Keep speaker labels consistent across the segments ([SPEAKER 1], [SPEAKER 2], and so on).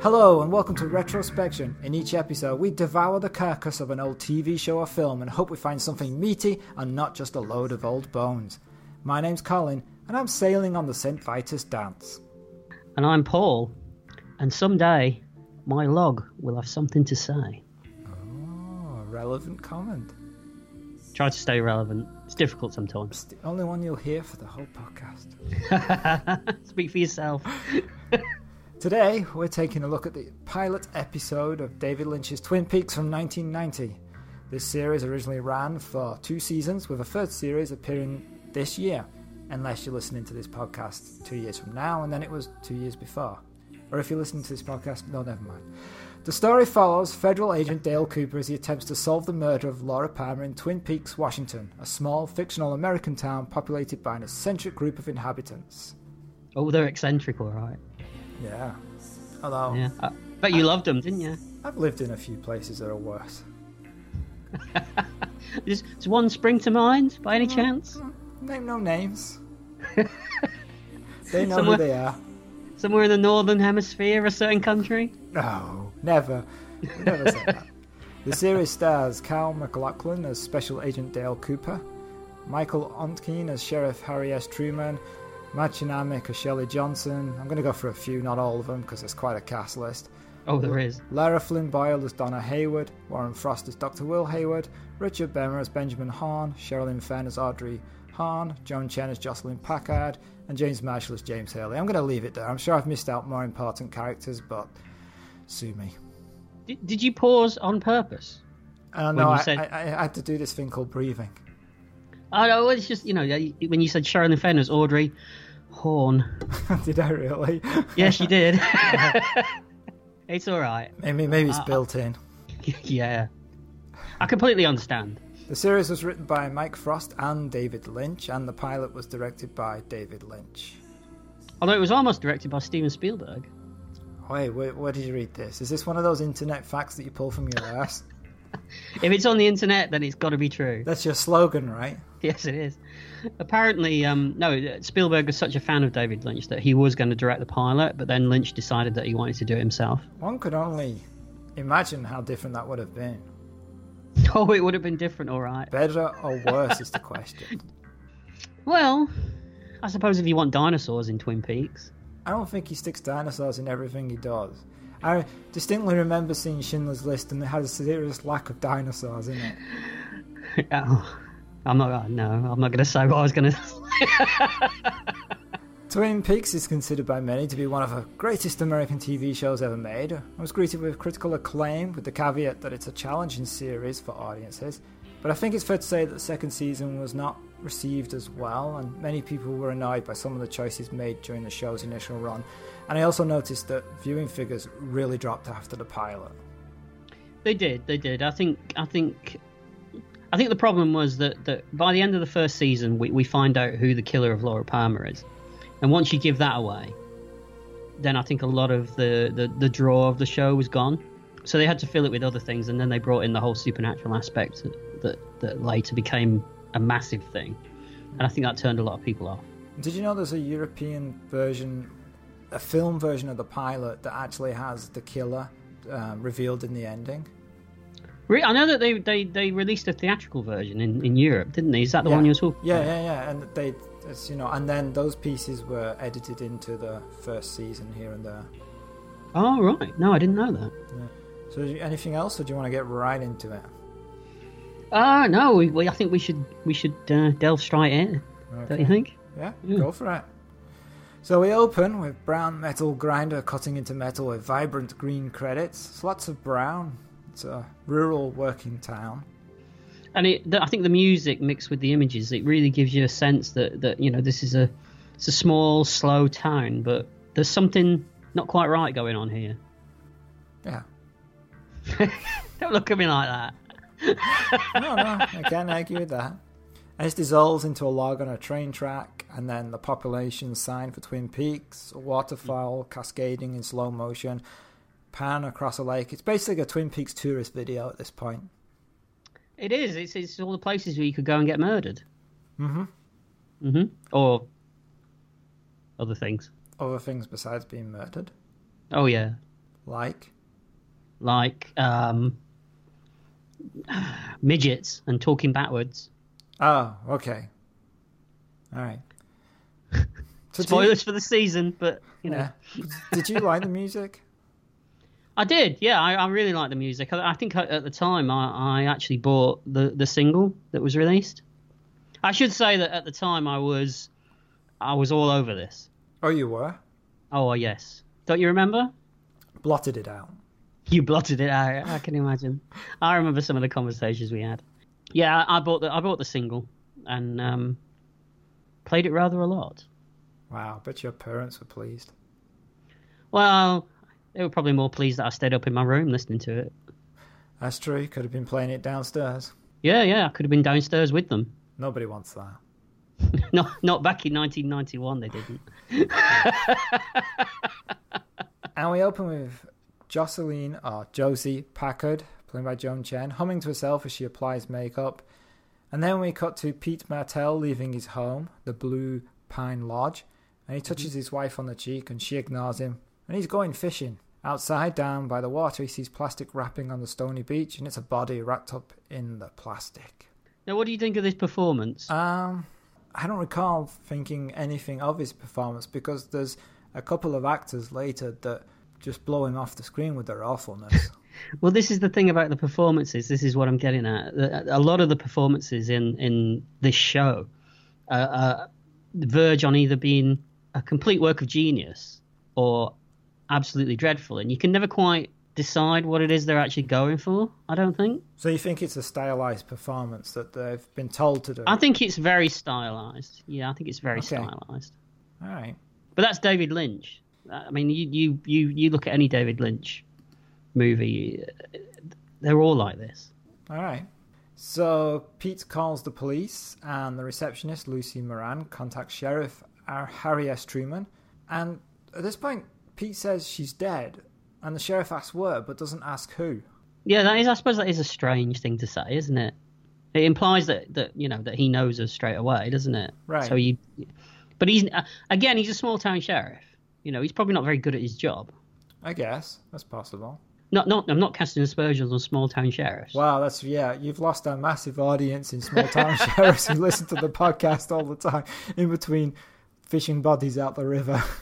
[SPEAKER 1] Hello and welcome to Retrospection. In each episode, we devour the carcass of an old TV show or film and hope we find something meaty and not just a load of old bones. My name's Colin, and I'm sailing on the St. Vitus dance.
[SPEAKER 2] And I'm Paul. And someday, my log will have something to say.
[SPEAKER 1] Oh, relevant comment.
[SPEAKER 2] Try to stay relevant. It's difficult sometimes.
[SPEAKER 1] It's the only one you'll hear for the whole podcast.
[SPEAKER 2] Speak for yourself.
[SPEAKER 1] Today, we're taking a look at the pilot episode of David Lynch's Twin Peaks from 1990. This series originally ran for two seasons, with a third series appearing this year, unless you're listening to this podcast two years from now, and then it was two years before. Or if you're listening to this podcast, no, never mind. The story follows federal agent Dale Cooper as he attempts to solve the murder of Laura Palmer in Twin Peaks, Washington, a small fictional American town populated by an eccentric group of inhabitants.
[SPEAKER 2] Oh, they're eccentric, all right.
[SPEAKER 1] Yeah. Although,
[SPEAKER 2] Yeah. I bet you loved them, didn't you?
[SPEAKER 1] I've lived in a few places that are worse.
[SPEAKER 2] Does, does one spring to mind by any chance?
[SPEAKER 1] Name no names. they know who
[SPEAKER 2] Somewhere-
[SPEAKER 1] they are.
[SPEAKER 2] Somewhere in the northern hemisphere, a certain country?
[SPEAKER 1] No, never. We Never said that. The series stars Cal McLaughlin as Special Agent Dale Cooper, Michael Ontkean as Sheriff Harry S. Truman, Matt Chinamick as Shelley Johnson. I'm going to go for a few, not all of them, because there's quite a cast list.
[SPEAKER 2] Oh, there is.
[SPEAKER 1] Lara Flynn Boyle as Donna Hayward, Warren Frost as Dr. Will Hayward, Richard Bemer as Benjamin Hahn, Sherilyn Fenn as Audrey Hahn, Joan Chen as Jocelyn Packard, and James Marshall as James Haley. I'm going to leave it there. I'm sure I've missed out more important characters, but sue me.
[SPEAKER 2] Did, did you pause on purpose?
[SPEAKER 1] I don't
[SPEAKER 2] When
[SPEAKER 1] know.
[SPEAKER 2] you
[SPEAKER 1] I,
[SPEAKER 2] said-
[SPEAKER 1] I, I had to do this thing called breathing.
[SPEAKER 2] Oh, no, it's just, you know, when you said Sharon Fenn as Audrey Horn.
[SPEAKER 1] Did I really?
[SPEAKER 2] Yes, you did. it's all right.
[SPEAKER 1] Maybe, maybe
[SPEAKER 2] Uh,
[SPEAKER 1] it's built in.
[SPEAKER 2] yeah. I completely understand.
[SPEAKER 1] The series was written by Mike Frost and David Lynch, and the pilot was directed by David Lynch.
[SPEAKER 2] Although it was almost directed by Steven Spielberg.
[SPEAKER 1] Wait, where, where did you read this? Is this one of those internet facts that you pull from your ass?
[SPEAKER 2] If it's on the internet, then it's got to be true.
[SPEAKER 1] That's your slogan, right?
[SPEAKER 2] Yes, it is. Apparently, um, no, Spielberg was such a fan of David Lynch that he was going to direct the pilot, but then Lynch decided that he wanted to do it himself.
[SPEAKER 1] One could only imagine how different that would have been.
[SPEAKER 2] Oh, it would have been different, all right.
[SPEAKER 1] Better or worse is the question.
[SPEAKER 2] Well, I suppose if you want dinosaurs in Twin Peaks.
[SPEAKER 1] I don't think he sticks dinosaurs in everything he does. I distinctly remember seeing Schindler's List and it had a serious lack of dinosaurs in it.
[SPEAKER 2] oh, I'm not, no, I'm not going to say what I was going to
[SPEAKER 1] Twin Peaks is considered by many to be one of the greatest American TV shows ever made. It was greeted with critical acclaim, with the caveat that it's a challenging series for audiences. But I think it's fair to say that the second season was not received as well, and many people were annoyed by some of the choices made during the show's initial run. And I also noticed that viewing figures really dropped after the pilot.
[SPEAKER 2] They did. They did. I think. I think. I think the problem was that, that by the end of the first season, we, we find out who the killer of Laura Palmer is, and once you give that away, then I think a lot of the, the, the draw of the show was gone. So they had to fill it with other things, and then they brought in the whole supernatural aspect that that later became a massive thing, and I think that turned a lot of people off.
[SPEAKER 1] Did you know there's a European version, a film version of the pilot that actually has the killer um, revealed in the ending?
[SPEAKER 2] Re- I know that they, they, they released a theatrical version in, in Europe, didn't they? Is that the
[SPEAKER 1] yeah.
[SPEAKER 2] one you were talking?
[SPEAKER 1] Yeah, yeah, yeah. And they, it's, you know, and then those pieces were edited into the first season here and there.
[SPEAKER 2] Oh right, no, I didn't know that.
[SPEAKER 1] So, is there anything else, or do you want to get right into it?
[SPEAKER 2] Ah, no. We, we, I think we should we should uh, delve straight in. Don't you Mm. think?
[SPEAKER 1] Yeah,
[SPEAKER 2] Yeah.
[SPEAKER 1] go for it. So we open with brown metal grinder cutting into metal with vibrant green credits. It's lots of brown. It's a rural working town.
[SPEAKER 2] And it, the, I think the music mixed with the images, it really gives you a sense that, that you know this is a it's a small, slow town, but there's something not quite right going on here.
[SPEAKER 1] Yeah.
[SPEAKER 2] Don't look at me like that.
[SPEAKER 1] No, no, I can't argue with that. And it dissolves into a log on a train track, and then the population sign for Twin Peaks, a waterfall cascading in slow motion, pan across a lake. It's basically a Twin Peaks tourist video at this point.
[SPEAKER 2] It is. It's it's all the places where you could go and get murdered. Mm-hmm. Mm-hmm. Or other things.
[SPEAKER 1] Other things besides being murdered.
[SPEAKER 2] Oh yeah.
[SPEAKER 1] Like,
[SPEAKER 2] like um, midgets and talking backwards.
[SPEAKER 1] oh, okay, all right. So do you-
[SPEAKER 2] Spoilers for the season, but you know,
[SPEAKER 1] yeah. Did you like the music?
[SPEAKER 2] I did. Yeah, I, I really liked the music. I, I think I, at the time I, I actually bought the the single that was released. I should say that at the time I was I was all over this.
[SPEAKER 1] Oh, you were
[SPEAKER 2] Oh yes, don't you remember?
[SPEAKER 1] blotted it out.
[SPEAKER 2] You blotted it out. I can imagine. I remember some of the conversations we had. Yeah, I I bought the I bought the single and um, played it rather a lot.
[SPEAKER 1] Wow, bet your parents were pleased.
[SPEAKER 2] Well, they were probably more pleased that I stayed up in my room listening to it.
[SPEAKER 1] That's true. Could have been playing it downstairs.
[SPEAKER 2] Yeah, yeah, I could have been downstairs with them.
[SPEAKER 1] Nobody wants that.
[SPEAKER 2] Not not back in 1991. They didn't.
[SPEAKER 1] And we open with Jocelyn or Josie Packard, played by Joan Chen, humming to herself as she applies makeup. And then we cut to Pete Martell leaving his home, the Blue Pine Lodge, and he touches his wife on the cheek and she ignores him. And he's going fishing. Outside, down by the water, he sees plastic wrapping on the stony beach and it's a body wrapped up in the plastic.
[SPEAKER 2] Now, what do you think of this performance?
[SPEAKER 1] Um, I don't recall thinking anything of his performance because there's a couple of actors later that just blow him off the screen with their awfulness.
[SPEAKER 2] Well, this is the thing about the performances. This is what I'm getting at. A- A lot of the performances in in this show uh, uh, verge on either being a complete work of genius or absolutely dreadful, and you can never quite decide what it is they're actually going for. I don't think.
[SPEAKER 1] so you think it's a stylized performance that they've been told to do?
[SPEAKER 2] I think it's very stylized. Yeah, I think it's very
[SPEAKER 1] Okay.
[SPEAKER 2] stylized.
[SPEAKER 1] All right.
[SPEAKER 2] But that's David Lynch. I mean, you you you you look at any David Lynch movie, uh, they're all like this.
[SPEAKER 1] All right. So Pete calls the police, and the receptionist Lucy Moran contacts Sheriff Ar- Harry S. Truman. And at this point, Pete says she's dead, and the sheriff asks where, but doesn't ask who.
[SPEAKER 2] Yeah, that is. I suppose that is a strange thing to say, isn't it? It implies that that you know that he knows us straight away, doesn't it?
[SPEAKER 1] Right.
[SPEAKER 2] So you, but he's uh, again, he's a small town sheriff. You know, he's probably not very good at his job.
[SPEAKER 1] I guess that's possible.
[SPEAKER 2] Not, not. I'm not casting aspersions on small town sheriffs.
[SPEAKER 1] Wow, that's yeah. You've lost our massive audience in small town sheriffs who listen to the podcast all the time in between fishing bodies out the river.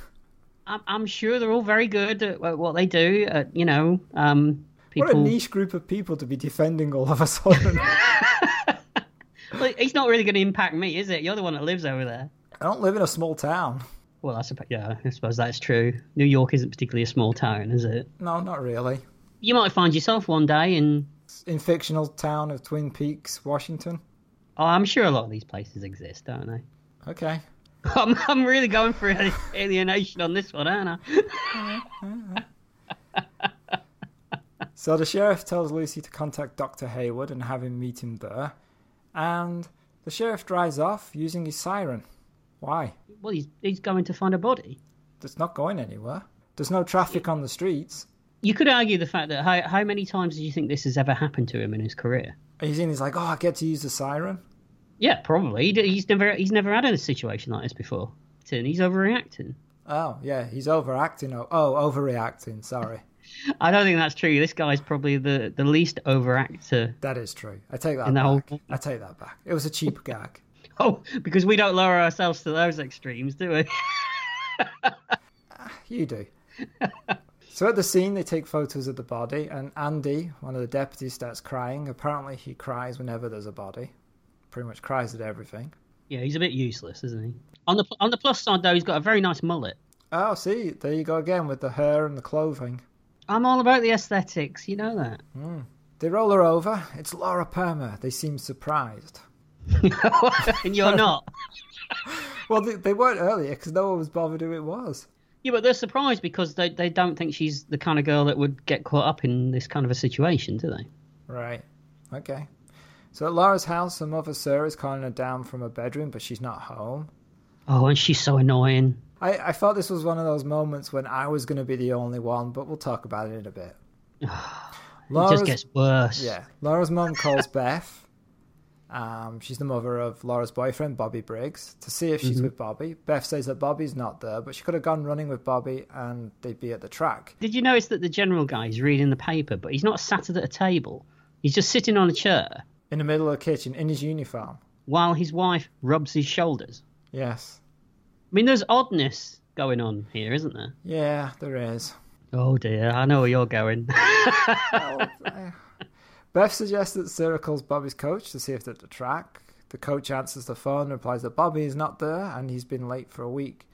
[SPEAKER 2] I'm, I'm sure they're all very good at wha- what they do. At, you know, um,
[SPEAKER 1] What a
[SPEAKER 2] people.
[SPEAKER 1] niche group of people to be defending all of a sudden. I
[SPEAKER 2] Well, he's not really going to impact me, is it? You're the one that lives over there.
[SPEAKER 1] don't live in a small town.
[SPEAKER 2] Well, I suppose. Yeah, I suppose that's true. New York isn't particularly a small town, is it?
[SPEAKER 1] No, not really.
[SPEAKER 2] You might find yourself one day in
[SPEAKER 1] In fictional town of Twin Peaks, Washington.
[SPEAKER 2] Oh, I'm sure a lot of these places exist, don't they?
[SPEAKER 1] Okay.
[SPEAKER 2] I'm, I'm really going for an alienation on this one, aren't I?
[SPEAKER 1] So the sheriff tells Lucy to contact Dr. Hayward and have him meet him there. And the sheriff drives off using his siren. Why?
[SPEAKER 2] Well, he's, he's going to find a body.
[SPEAKER 1] It's not going anywhere. There's no traffic on the streets.
[SPEAKER 2] You could argue the fact that how, how many times do you think this has ever happened to him in his career?
[SPEAKER 1] He's in. He's like, oh, I get to use the siren.
[SPEAKER 2] Yeah, probably. He d- He's never he's never had a situation like this before. And he's overreacting.
[SPEAKER 1] Oh, yeah, he's overacting. Oh, oh overreacting. Sorry,
[SPEAKER 2] I don't think that's true. This guy's probably the, the least overactor.
[SPEAKER 1] that is true. I take that
[SPEAKER 2] And the whole-
[SPEAKER 1] back. I take that back. It was a cheap gag.
[SPEAKER 2] Oh, because we don't lower ourselves to those extremes, do we?
[SPEAKER 1] You do. so at the scene, they take photos of the body, and Andy, one of the deputies, starts crying. Apparently, he cries whenever there's a body. Pretty much cries at everything.
[SPEAKER 2] Yeah, he's a bit useless, isn't he? On the pl- on the plus side, though, he's got a very nice mullet.
[SPEAKER 1] Oh, see, there you go again with the hair and the clothing.
[SPEAKER 2] I'm all about the aesthetics, you know that.
[SPEAKER 1] They roll her over. It's Laura Palmer. They seem surprised.
[SPEAKER 2] and you're not.
[SPEAKER 1] Well, they, they weren't earlier because no one was bothered who it was.
[SPEAKER 2] Yeah, but they're surprised because they, they don't think she's the kind of girl that would get caught up in this kind of a situation, do they?
[SPEAKER 1] Right. Okay. So at Laura's house, her mother Sarah is calling her down from her bedroom, but she's not home.
[SPEAKER 2] Oh, and she's so annoying.
[SPEAKER 1] I, I thought this was one of those moments when I was going to be the only one, but we'll talk about it in a bit.
[SPEAKER 2] It
[SPEAKER 1] Laura's,
[SPEAKER 2] just gets worse.
[SPEAKER 1] yeah, Laura's mom calls Beth, Um, she's the mother of Laura's boyfriend, Bobby Briggs, to see if she's
[SPEAKER 2] Mm-hmm.
[SPEAKER 1] with Bobby. Beth says that Bobby's not there, but she could have gone running with Bobby and they'd be at the track.
[SPEAKER 2] Did you notice that the general guy is reading the paper, but he's not sat at a table? He's just sitting on a chair
[SPEAKER 1] In the middle of the kitchen, in his uniform.
[SPEAKER 2] while his wife rubs his shoulders.
[SPEAKER 1] Yes.
[SPEAKER 2] I mean, there's oddness going on here, isn't there?
[SPEAKER 1] Yeah, there is.
[SPEAKER 2] Oh dear, I know where you're going.
[SPEAKER 1] uh, Beth suggests that Sarah calls Bobby's coach to see if they're at the track. The coach answers the phone and replies that Bobby is not there and he's been late for a week.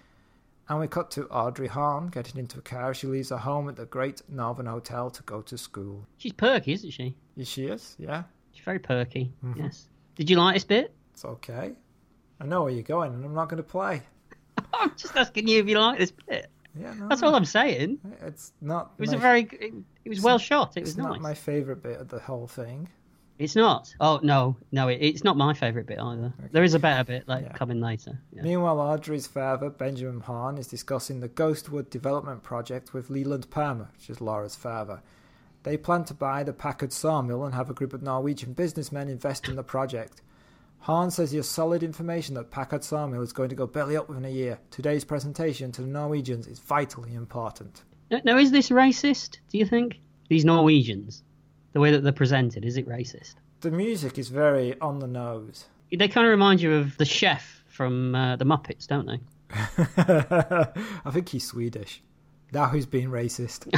[SPEAKER 1] And we cut to Audrey Hahn getting into a car. She leaves her home at the Great Northern Hotel to go to school.
[SPEAKER 2] She's perky, isn't she?
[SPEAKER 1] Yes, She is, yeah.
[SPEAKER 2] She's very perky.
[SPEAKER 1] Mm-hmm.
[SPEAKER 2] Yes. Did you like this bit?
[SPEAKER 1] It's okay. I know where you're going and I'm not going to play.
[SPEAKER 2] I'm just asking you if you like this bit.
[SPEAKER 1] Yeah, no,
[SPEAKER 2] That's all I'm saying.
[SPEAKER 1] It's not.
[SPEAKER 2] It was
[SPEAKER 1] my,
[SPEAKER 2] a very, it, it was well shot.
[SPEAKER 1] Oh.
[SPEAKER 2] It
[SPEAKER 1] It's
[SPEAKER 2] was
[SPEAKER 1] not
[SPEAKER 2] nice.
[SPEAKER 1] my favorite bit of the whole thing.
[SPEAKER 2] It's not. Oh no, no, it, it's not my favourite bit either. There is a better bit like coming later. Yeah.
[SPEAKER 1] Meanwhile, Audrey's father, Benjamin Hahn, is discussing the Ghostwood development project with Leland Palmer, which is Laura's father. They plan to buy the Packard sawmill and have a group of Norwegian businessmen invest in the project. Hahn says he has solid information that Packard sawmill is going to go belly up within a year. Today's presentation to the Norwegians is vitally important.
[SPEAKER 2] Now, now, is this racist? Do you think these Norwegians, the way that they're presented, is it racist?
[SPEAKER 1] The music is very on the nose.
[SPEAKER 2] They kind of remind you of the chef from uh, the Muppets, don't they?
[SPEAKER 1] I think he's Swedish. Now he's being racist.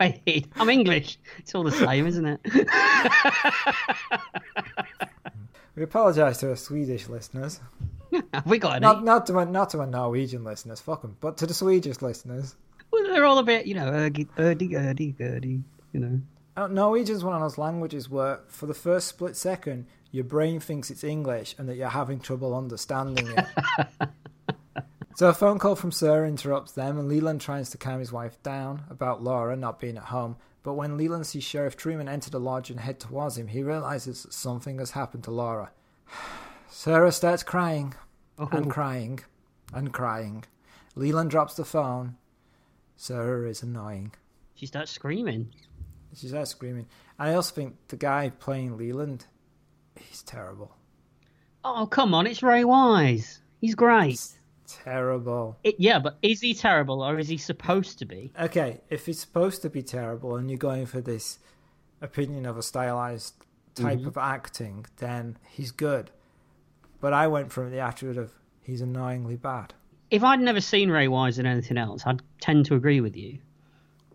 [SPEAKER 2] I hate. I'm English. It's all the same, isn't it?
[SPEAKER 1] We apologise to our Swedish listeners.
[SPEAKER 2] Have we got any?
[SPEAKER 1] Not not to my not to my Norwegian listeners, fuck 'em, but to the Swedish listeners.
[SPEAKER 2] Well, they're all a bit, you know, ergy, erdy, erdy, erdy, you know.
[SPEAKER 1] Uh, Norwegian's one of those languages where, for the first split second, your brain thinks it's English and that you're having trouble understanding it. so a phone call from Sarah interrupts them, and Leland tries to calm his wife down about Laura not being at home. But when Leland sees Sheriff Truman enter the lodge and head towards him, he realizes that something has happened to Laura. Sarah starts crying
[SPEAKER 2] Oh.
[SPEAKER 1] and crying and crying. Leland drops the phone. Sarah is annoying.
[SPEAKER 2] She starts screaming.
[SPEAKER 1] She's out screaming. I also think the guy playing Leland, he's terrible.
[SPEAKER 2] Oh, come on, it's Ray Wise. He's great.
[SPEAKER 1] He's terrible.
[SPEAKER 2] It, yeah, but is he terrible or is he supposed to be?
[SPEAKER 1] Okay, if he's supposed to be terrible and you're going for this opinion of a stylized type of acting, then he's good. But I went from the attribute of he's annoyingly bad.
[SPEAKER 2] If I'd never seen Ray Wise in anything else, I'd tend to agree with you.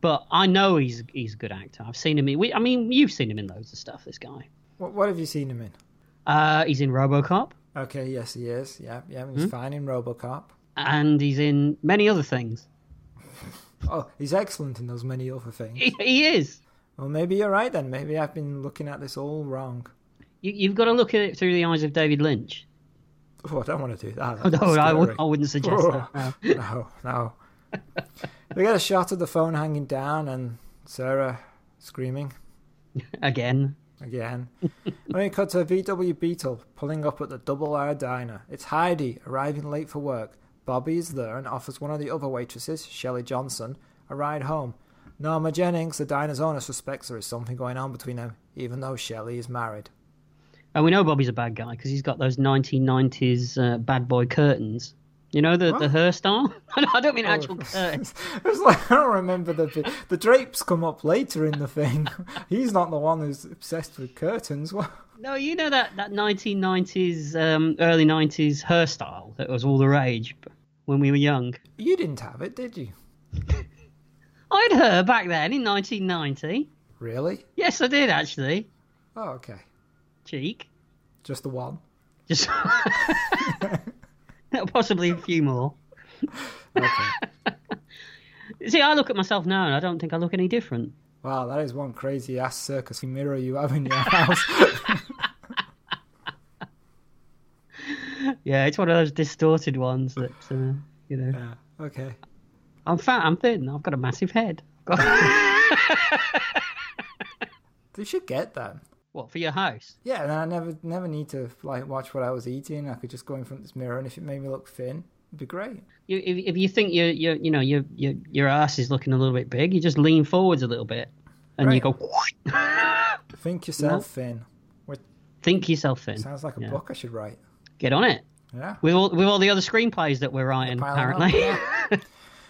[SPEAKER 2] But I know he's he's a good actor. I've seen him in. We, I mean, you've seen him in loads of stuff. This guy.
[SPEAKER 1] What, what have you seen him in?
[SPEAKER 2] Uh, he's in RoboCop
[SPEAKER 1] Okay, yes, he is. Yeah, yeah, he's fine in Robocop.
[SPEAKER 2] and he's in many other things.
[SPEAKER 1] Oh, he's excellent in those many other things.
[SPEAKER 2] He, he is.
[SPEAKER 1] Well, maybe you're right then. Maybe I've been looking at this all wrong.
[SPEAKER 2] You, you've got to look at it through the eyes of David Lynch.
[SPEAKER 1] Oh, I don't want to do that.
[SPEAKER 2] No,
[SPEAKER 1] That's
[SPEAKER 2] I, would,
[SPEAKER 1] scary. Oh.
[SPEAKER 2] I wouldn't suggest that. no.
[SPEAKER 1] no, no. we get a shot of the phone hanging down and Sarah screaming
[SPEAKER 2] Again,
[SPEAKER 1] again. and we cut to a VW Beetle pulling up at the Double R Diner. It's Heidi arriving late for work. Bobby is there and offers one of the other waitresses, Shelley Johnson, a ride home. Norma Jennings, the diner's owner, suspects there is something going on between them, even though Shelley is married.
[SPEAKER 2] And we know Bobby's a bad guy because he's got those 1990s uh, bad boy curtains. You know the the hairstyle. no, I don't mean actual curtains.
[SPEAKER 1] I was like, I don't remember the bit. The drapes come up later in the thing. He's not the one who's obsessed with curtains. What?
[SPEAKER 2] No, you know that that 1990s, um, early 90s hairstyle that was all the rage b- when we were young.
[SPEAKER 1] You didn't have it, did you?
[SPEAKER 2] I had her back then in 1990.
[SPEAKER 1] Really?
[SPEAKER 2] Yes, I did actually.
[SPEAKER 1] Oh, okay.
[SPEAKER 2] Cheek,
[SPEAKER 1] Just the one.
[SPEAKER 2] just possibly a few more.
[SPEAKER 1] Okay.
[SPEAKER 2] See, I look at myself now and I don't think I look any different.
[SPEAKER 1] wow, that is one crazy ass circus mirror you have in your house.
[SPEAKER 2] Yeah, it's one of those distorted ones that uh, you know.
[SPEAKER 1] yeah. Okay.
[SPEAKER 2] I'm fat. I'm thin. I've got a massive head. I've got...
[SPEAKER 1] They should get them.
[SPEAKER 2] What for your house?
[SPEAKER 1] Yeah, and I never never need to like watch what I was eating. I could just go in front of this mirror, and if it made me look thin, it'd be great.
[SPEAKER 2] You, if, if you think your your you know your your your ass is looking a little bit big, you just lean forwards a little bit, and you
[SPEAKER 1] Right.
[SPEAKER 2] go.
[SPEAKER 1] Think yourself thin. We're
[SPEAKER 2] Think yourself thin.
[SPEAKER 1] Sounds like a
[SPEAKER 2] Yeah.
[SPEAKER 1] book I should write.
[SPEAKER 2] Get on it.
[SPEAKER 1] Yeah.
[SPEAKER 2] With all with all the other screenplays that we're writing,
[SPEAKER 1] Pile 'em up,
[SPEAKER 2] apparently.
[SPEAKER 1] yeah.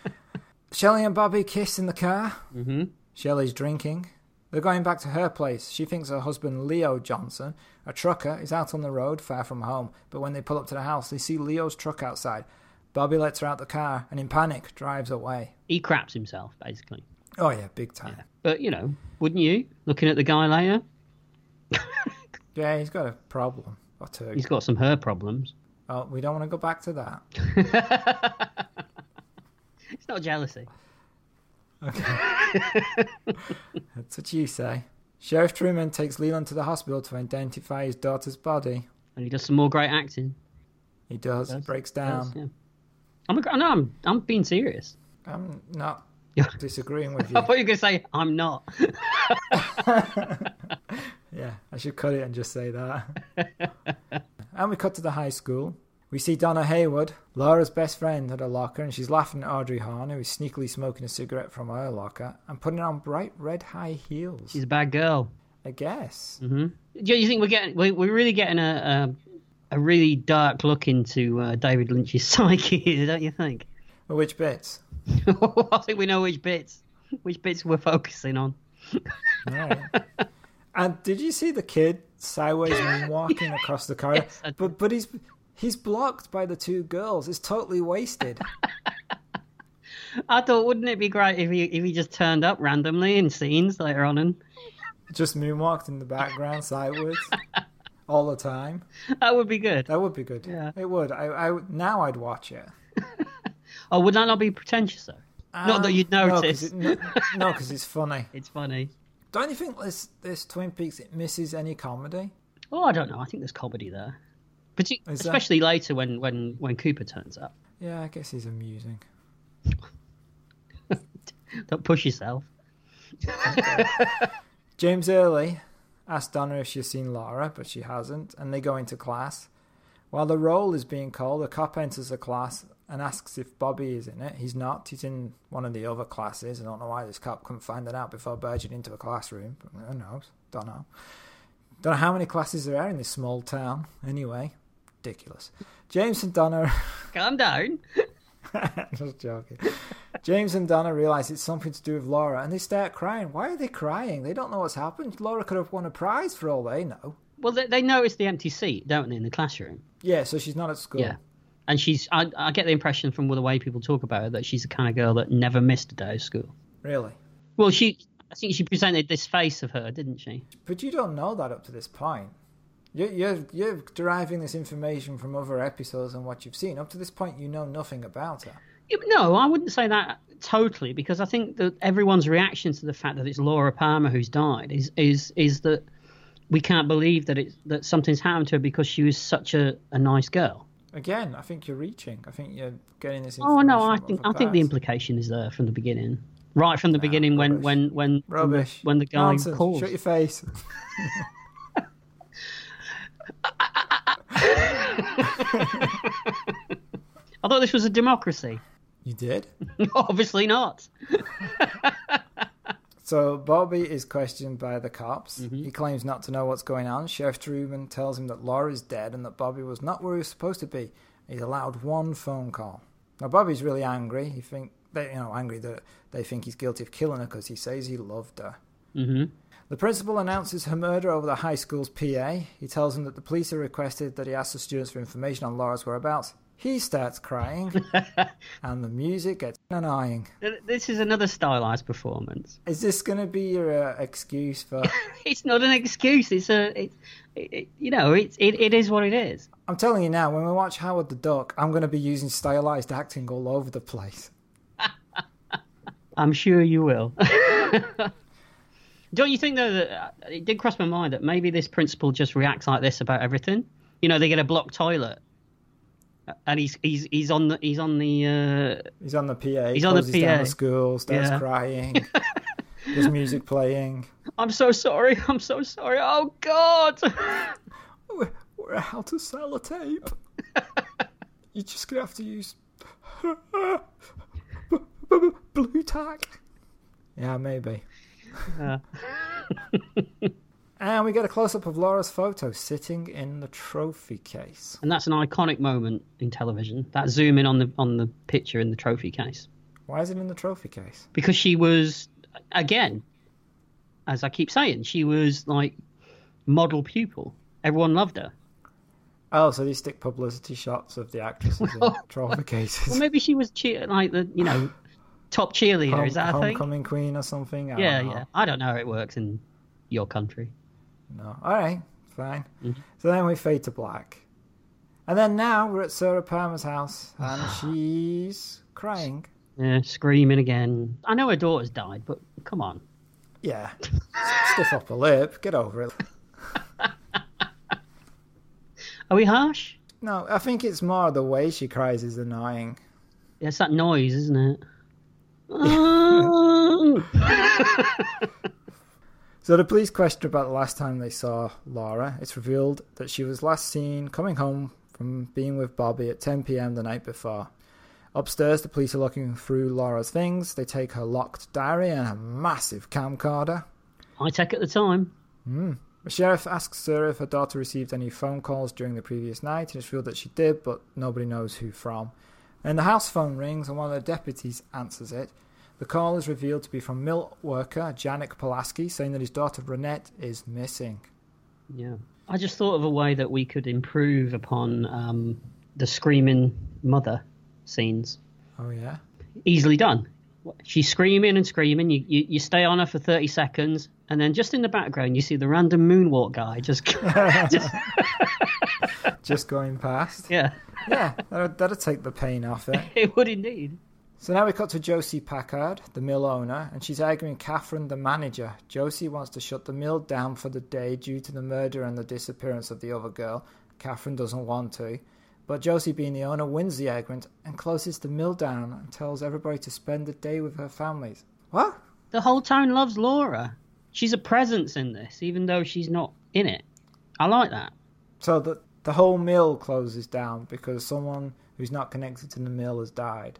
[SPEAKER 1] Shelley and Bobby kiss in the car.
[SPEAKER 2] hmm
[SPEAKER 1] Shelley's drinking. They're going back to her place. She thinks her husband, Leo Johnson, a trucker, is out on the road far from home. But when they pull up to the house, they see Leo's truck outside. Bobby lets her out the car and, in panic, drives away.
[SPEAKER 2] He craps himself basically.
[SPEAKER 1] Oh, yeah, big time.
[SPEAKER 2] But you know, wouldn't you? Looking at the guy later,
[SPEAKER 1] Yeah, he's got a problem or two.
[SPEAKER 2] he's got some hair problems.
[SPEAKER 1] Oh, we don't want to go back to that.
[SPEAKER 2] It's not jealousy.
[SPEAKER 1] That's what you say. Sheriff Truman takes Leland to the hospital to identify his daughter's body.
[SPEAKER 2] And he does some more great acting.
[SPEAKER 1] He does.
[SPEAKER 2] Does,
[SPEAKER 1] breaks
[SPEAKER 2] Yes,
[SPEAKER 1] down.
[SPEAKER 2] yeah. I'm a, gr- no, I'm I'm being serious.
[SPEAKER 1] I'm not
[SPEAKER 2] Yeah.
[SPEAKER 1] disagreeing with
[SPEAKER 2] I
[SPEAKER 1] you.
[SPEAKER 2] thought you were gonna say I'm not.
[SPEAKER 1] Yeah, I should cut it and just say that. and we cut to the high school. We see Donna Haywood, Laura's best friend, at a locker, and she's laughing at Audrey Horn, who is sneakily smoking a cigarette from her locker and putting on bright red high heels.
[SPEAKER 2] She's a bad girl.
[SPEAKER 1] I guess.
[SPEAKER 2] hmm Do you think we're getting we- we're really getting a a, a really dark look into uh, David Lynch's psyche here, don't you think?
[SPEAKER 1] Well, Which bits?
[SPEAKER 2] I think we know which bits which bits we're focusing on.
[SPEAKER 1] Alright. and did you see the kid sideways walking across the corridor?
[SPEAKER 2] Yes, I did.
[SPEAKER 1] but but he's he's blocked by the two girls. It's totally wasted.
[SPEAKER 2] I thought wouldn't it be great if he if he just turned up randomly in scenes later on and
[SPEAKER 1] Just moonwalked in the background sideways all the time.
[SPEAKER 2] that would be good.
[SPEAKER 1] That would be good.
[SPEAKER 2] Yeah.
[SPEAKER 1] It would. I, I would- now I'd watch it.
[SPEAKER 2] Oh, would that not be pretentious though? Not that
[SPEAKER 1] Um,
[SPEAKER 2] you'd
[SPEAKER 1] no, 'cause
[SPEAKER 2] notice.
[SPEAKER 1] it- No, no, because it's funny.
[SPEAKER 2] It's funny.
[SPEAKER 1] Don't you think this this Twin Peaks it misses any comedy?
[SPEAKER 2] Oh, I don't know. I think there's comedy there, Partic-
[SPEAKER 1] Is that-
[SPEAKER 2] especially later when when when Cooper turns up.
[SPEAKER 1] Yeah, I guess he's amusing.
[SPEAKER 2] Don't push yourself.
[SPEAKER 1] James Early asks Donna if she's seen Laura, but she hasn't, and they go into class. While the roll is being called, a cop enters the class and asks if Bobby is in it. He's not. He's in one of the other classes. I don't know why this cop couldn't find that out before barging into a classroom. But who knows? Don't know. Don't know how many classes there are in this small town. Anyway, ridiculous. James and Donna
[SPEAKER 2] Calm down.
[SPEAKER 1] Just joking. James and Donna realize it's something to do with Laura and they start crying. Why are they crying? They don't know what's happened. Laura could have won a prize for all they know.
[SPEAKER 2] Well, they, they notice the empty seat, don't they, in the classroom?
[SPEAKER 1] Yeah, so she's not at school.
[SPEAKER 2] Yeah. And she's, I, I get the impression from the way people talk about her that she's the kind of girl that never missed a day of school.
[SPEAKER 1] Really?
[SPEAKER 2] Well, she, I think she presented this face of her, didn't she?
[SPEAKER 1] But you don't know that up to this point. You're, you're, you're deriving this information from other episodes and what you've seen. Up to this point, you know nothing about her.
[SPEAKER 2] Yeah, but No, I wouldn't say that totally because I think that everyone's reaction to the fact that it's Laura Palmer who's died is is is that we can't believe that it's that something's happened to her because she was such a, a nice girl.
[SPEAKER 1] Again, I think you're reaching. I think you're getting this information.
[SPEAKER 2] Oh no, I
[SPEAKER 1] from
[SPEAKER 2] think
[SPEAKER 1] other
[SPEAKER 2] I think the
[SPEAKER 1] parts.
[SPEAKER 2] implication is there from the beginning, right from the beginning when
[SPEAKER 1] rubbish.
[SPEAKER 2] when when when the-
[SPEAKER 1] Rubbish.
[SPEAKER 2] when the guy
[SPEAKER 1] Nonsense.
[SPEAKER 2] calls.
[SPEAKER 1] Shut your face.
[SPEAKER 2] I thought this was a democracy.
[SPEAKER 1] You did?
[SPEAKER 2] Obviously not.
[SPEAKER 1] So Bobby is questioned by the cops. He claims not to know what's going on. Sheriff Truman tells him that Laura is dead and that Bobby was not where he was supposed to be. He's allowed one phone call. Now Bobby's really angry. He think they you know angry that they think he's guilty of killing her because he says he loved her.
[SPEAKER 2] hmm
[SPEAKER 1] The principal announces her murder over the high school's PA. He tells him that the police have requested that he ask the students for information on Laura's whereabouts. He starts crying, and the music gets annoying.
[SPEAKER 2] This is another stylized performance.
[SPEAKER 1] Is this going to be your uh, excuse for?
[SPEAKER 2] It's not an excuse. It's a, it, it, you know, it's it, it is what it is.
[SPEAKER 1] I'm telling you now, when we watch Howard the Duck, I'm going to be using stylized acting all over the place.
[SPEAKER 2] I'm sure you will. Don't you think though that uh, it did cross my mind that maybe this principal just reacts like this about everything? You know, they get a blocked toilet, uh, and he's he's he's on the he's on the uh,
[SPEAKER 1] He's on the PA.
[SPEAKER 2] He's on the
[SPEAKER 1] closes Down
[SPEAKER 2] PA.
[SPEAKER 1] the school, starts
[SPEAKER 2] Yeah.
[SPEAKER 1] crying. There's music playing.
[SPEAKER 2] I'm so sorry, I'm so sorry. Oh God!
[SPEAKER 1] We're, we're out of sellotape. You're just going to have to use blue tack. Yeah, maybe.
[SPEAKER 2] Uh,
[SPEAKER 1] And we get a close up of Laura's photo sitting in the trophy case.
[SPEAKER 2] and that's an iconic moment in television. That zoom in on the on the picture in the trophy case
[SPEAKER 1] Why is it in the trophy case?
[SPEAKER 2] because she was again, as I keep saying, she was like model pupil. Everyone loved her.
[SPEAKER 1] Oh, so these stick publicity shots of the actresses in trophy cases.
[SPEAKER 2] Well, maybe she was cheer like the you know top cheerleader.
[SPEAKER 1] Home-
[SPEAKER 2] is that a thing?
[SPEAKER 1] homecoming queen or something? I
[SPEAKER 2] Yeah,
[SPEAKER 1] don't know.
[SPEAKER 2] yeah. I don't know how it works in your country.
[SPEAKER 1] No. All right, fine.
[SPEAKER 2] Mm-hmm.
[SPEAKER 1] So then we fade to black. And then now we're at Sarah Palmer's house and she's crying.
[SPEAKER 2] Yeah, screaming again. I know her daughter's died, but come on.
[SPEAKER 1] Yeah. Stiff upper lip. Get over it.
[SPEAKER 2] Are we harsh?
[SPEAKER 1] No, I think it's more the way she cries is annoying.
[SPEAKER 2] It's that noise, isn't it? Oh.
[SPEAKER 1] So the police question about the last time they saw Laura. It's revealed that she was last seen coming home from being with Bobby at 10 p.m. the night before. Upstairs, the police are looking through Laura's things. They take her locked diary and a massive camcorder.
[SPEAKER 2] High tech at the time.
[SPEAKER 1] The sheriff asks Sarah if her daughter received any phone calls during the previous night, and it's revealed that she did, but nobody knows who from. And the house phone rings, and one of the deputies answers it. The call is revealed to be from mill worker Janik Pulaski, saying that his daughter Renette is missing.
[SPEAKER 2] Yeah. I just thought of a way that we could improve upon um, the screaming mother scenes.
[SPEAKER 1] Oh yeah.
[SPEAKER 2] Easily done. She's screaming and screaming. You, you, you stay on her for 30 seconds, and then just in the background, you see the random moonwalk guy just. just
[SPEAKER 1] Just going past.
[SPEAKER 2] yeah,
[SPEAKER 1] Yeah, that'll, that'll take the pain off it.
[SPEAKER 2] it would indeed.
[SPEAKER 1] So now we cut to Josie Packard, the mill owner, and she's arguing Catherine, the manager. Josie wants to shut the mill down for the day due to the murder and the disappearance of the other girl. Catherine doesn't want to. But Josie, being the owner, wins the argument and closes the mill down and tells everybody to spend the day with her families. What?
[SPEAKER 2] The whole town loves Laura. She's a presence in this, even though she's not in it. I like that.
[SPEAKER 1] So the, the whole mill closes down because someone who's not connected to the mill has died.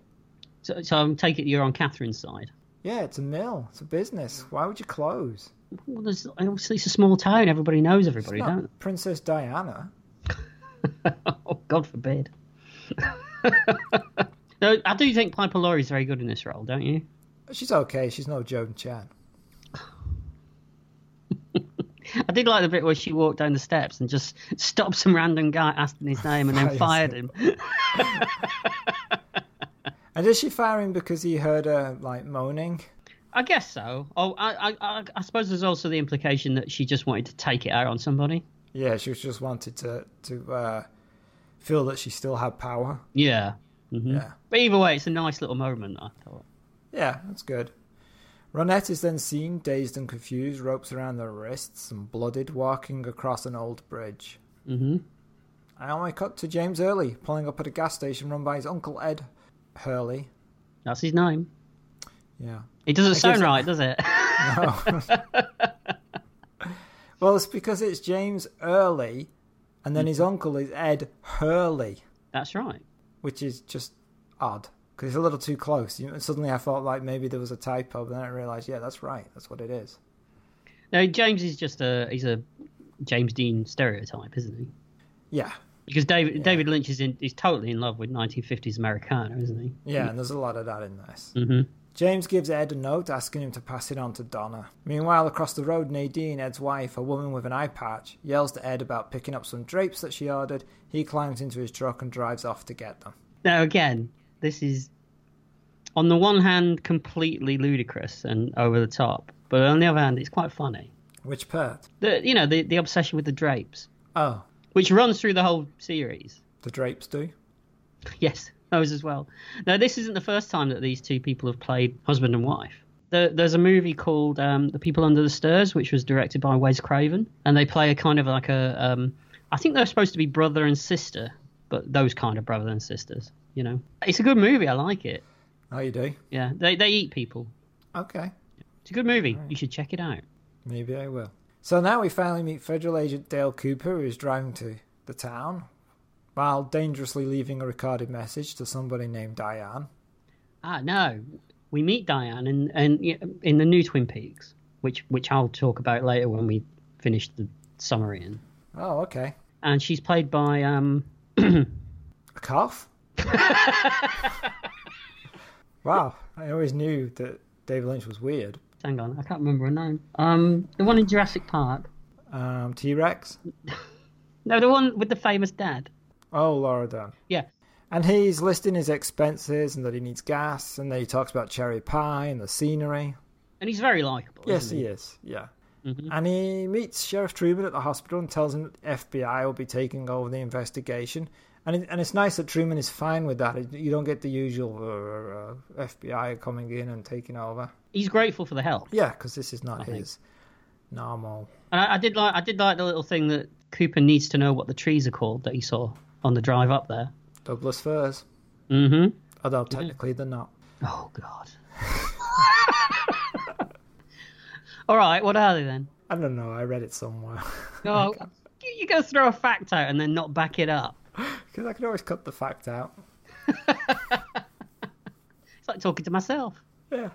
[SPEAKER 2] So, so I'm taking you're on Catherine's side.
[SPEAKER 1] Yeah, it's a mill. It's a business. Why would you close?
[SPEAKER 2] Well, there's obviously it's a small town. Everybody knows everybody,
[SPEAKER 1] It's
[SPEAKER 2] don't?
[SPEAKER 1] not Princess Diana.
[SPEAKER 2] Oh, God forbid. no, I do think Piper Laurie's very good in this role, don't you?
[SPEAKER 1] She's okay. She's no Joan Chan.
[SPEAKER 2] I did like the bit where she walked down the steps and just stopped some random guy, asked him his name, and then
[SPEAKER 1] Fires
[SPEAKER 2] fired him.
[SPEAKER 1] And is she firing because he heard her like moaning?
[SPEAKER 2] I guess so. Oh, I, I- I, I suppose there's also the implication that she just wanted to take it out on somebody.
[SPEAKER 1] Yeah, she was just wanted to to uh, feel that she still had power.
[SPEAKER 2] Yeah. hmm
[SPEAKER 1] Yeah.
[SPEAKER 2] But either way, it's a nice little moment. I thought.
[SPEAKER 1] Yeah, that's good. Ronette is then seen, dazed and confused, ropes around the wrists and blooded, walking across an old bridge.
[SPEAKER 2] hmm
[SPEAKER 1] I only cut to James Early, pulling up at a gas station run by his uncle Ed Hurley.
[SPEAKER 2] That's his name.
[SPEAKER 1] Yeah.
[SPEAKER 2] It doesn't
[SPEAKER 1] guess-
[SPEAKER 2] sound right, does it?
[SPEAKER 1] Well, it's because it's James Early, and then his uncle is Ed Hurley.
[SPEAKER 2] That's right.
[SPEAKER 1] which is just odd because it's a little too close. You know, suddenly I thought like maybe there was a typo, but then I realized, yeah, that's right. That's what it is.
[SPEAKER 2] No, James is just a he's a James Dean stereotype, isn't he?
[SPEAKER 1] Yeah,
[SPEAKER 2] Because David David Lynch is in, he's totally in love with 1950s Americana, isn't
[SPEAKER 1] yeah, and there's a lot of that in this.
[SPEAKER 2] he? hmm
[SPEAKER 1] James gives Ed a note asking him to pass it on to Donna. Meanwhile, across the road, Nadine, Ed's wife, a woman with an eye patch, yells to Ed about picking up some drapes that she ordered. He climbs into his truck and drives off to get them.
[SPEAKER 2] Now again, this is on the one hand completely ludicrous and over the top, but on the other hand, it's quite funny.
[SPEAKER 1] Which part?
[SPEAKER 2] The you know the the obsession with the drapes,
[SPEAKER 1] Oh,
[SPEAKER 2] which runs through the whole series.
[SPEAKER 1] the drapes do.
[SPEAKER 2] Yes, those as well. Now, this isn't the first time that these two people have played husband and wife. There, there's a movie called um, The People Under the Stairs, which was directed by Wes Craven, and they play a kind of like a. Um, I think they're supposed to be brother and sister, but those kind of brother and sisters, you know. It's a good movie. I like it.
[SPEAKER 1] Oh, you do.
[SPEAKER 2] Yeah, they, they eat people.
[SPEAKER 1] Okay.
[SPEAKER 2] It's a good movie. You should check it out.
[SPEAKER 1] Maybe I will. So now we finally meet Federal Agent Dale Cooper, who is driving to the town while dangerously leaving a recorded message to somebody named Diane.
[SPEAKER 2] Ah, no. We meet Diane in, in, in the new Twin Peaks, which, which I'll talk about later when we finished the summary in.
[SPEAKER 1] Oh, okay.
[SPEAKER 2] And she's played by um,
[SPEAKER 1] A calf? wow. I always knew that David Lynch was weird.
[SPEAKER 2] hang on, I can't remember her name. Um, the one in Jurassic Park.
[SPEAKER 1] Um, T Rex?
[SPEAKER 2] No, the one with the famous dad.
[SPEAKER 1] Oh, Laura Dern.
[SPEAKER 2] Yeah,
[SPEAKER 1] And he's listing his expenses and that he needs gas, and then he talks about cherry pie and the scenery.
[SPEAKER 2] and he's very likable.
[SPEAKER 1] Yes,
[SPEAKER 2] isn't
[SPEAKER 1] he is. Yeah.
[SPEAKER 2] Mm-hmm.
[SPEAKER 1] And he meets Sheriff Truman at the hospital and tells him that the FBI will be taking over the investigation. And it, and it's nice that Truman is fine with that. You don't get the usual uh, uh, FBI coming in and taking over.
[SPEAKER 2] He's grateful for the help.
[SPEAKER 1] Yeah, because this is not
[SPEAKER 2] think.
[SPEAKER 1] his normal.
[SPEAKER 2] And I, I did like I did like the little thing that Cooper needs to know what the trees are called that he saw on the drive up there.
[SPEAKER 1] Douglas firs,
[SPEAKER 2] Mm-hmm.
[SPEAKER 1] although technically they're not.
[SPEAKER 2] Oh God. All right, what are they then?
[SPEAKER 1] I don't know. I read it somewhere
[SPEAKER 2] Oh, you you gotta throw a fact out and then not back it up.
[SPEAKER 1] because I can always cut the fact out.
[SPEAKER 2] It's like talking to myself.
[SPEAKER 1] Yeah.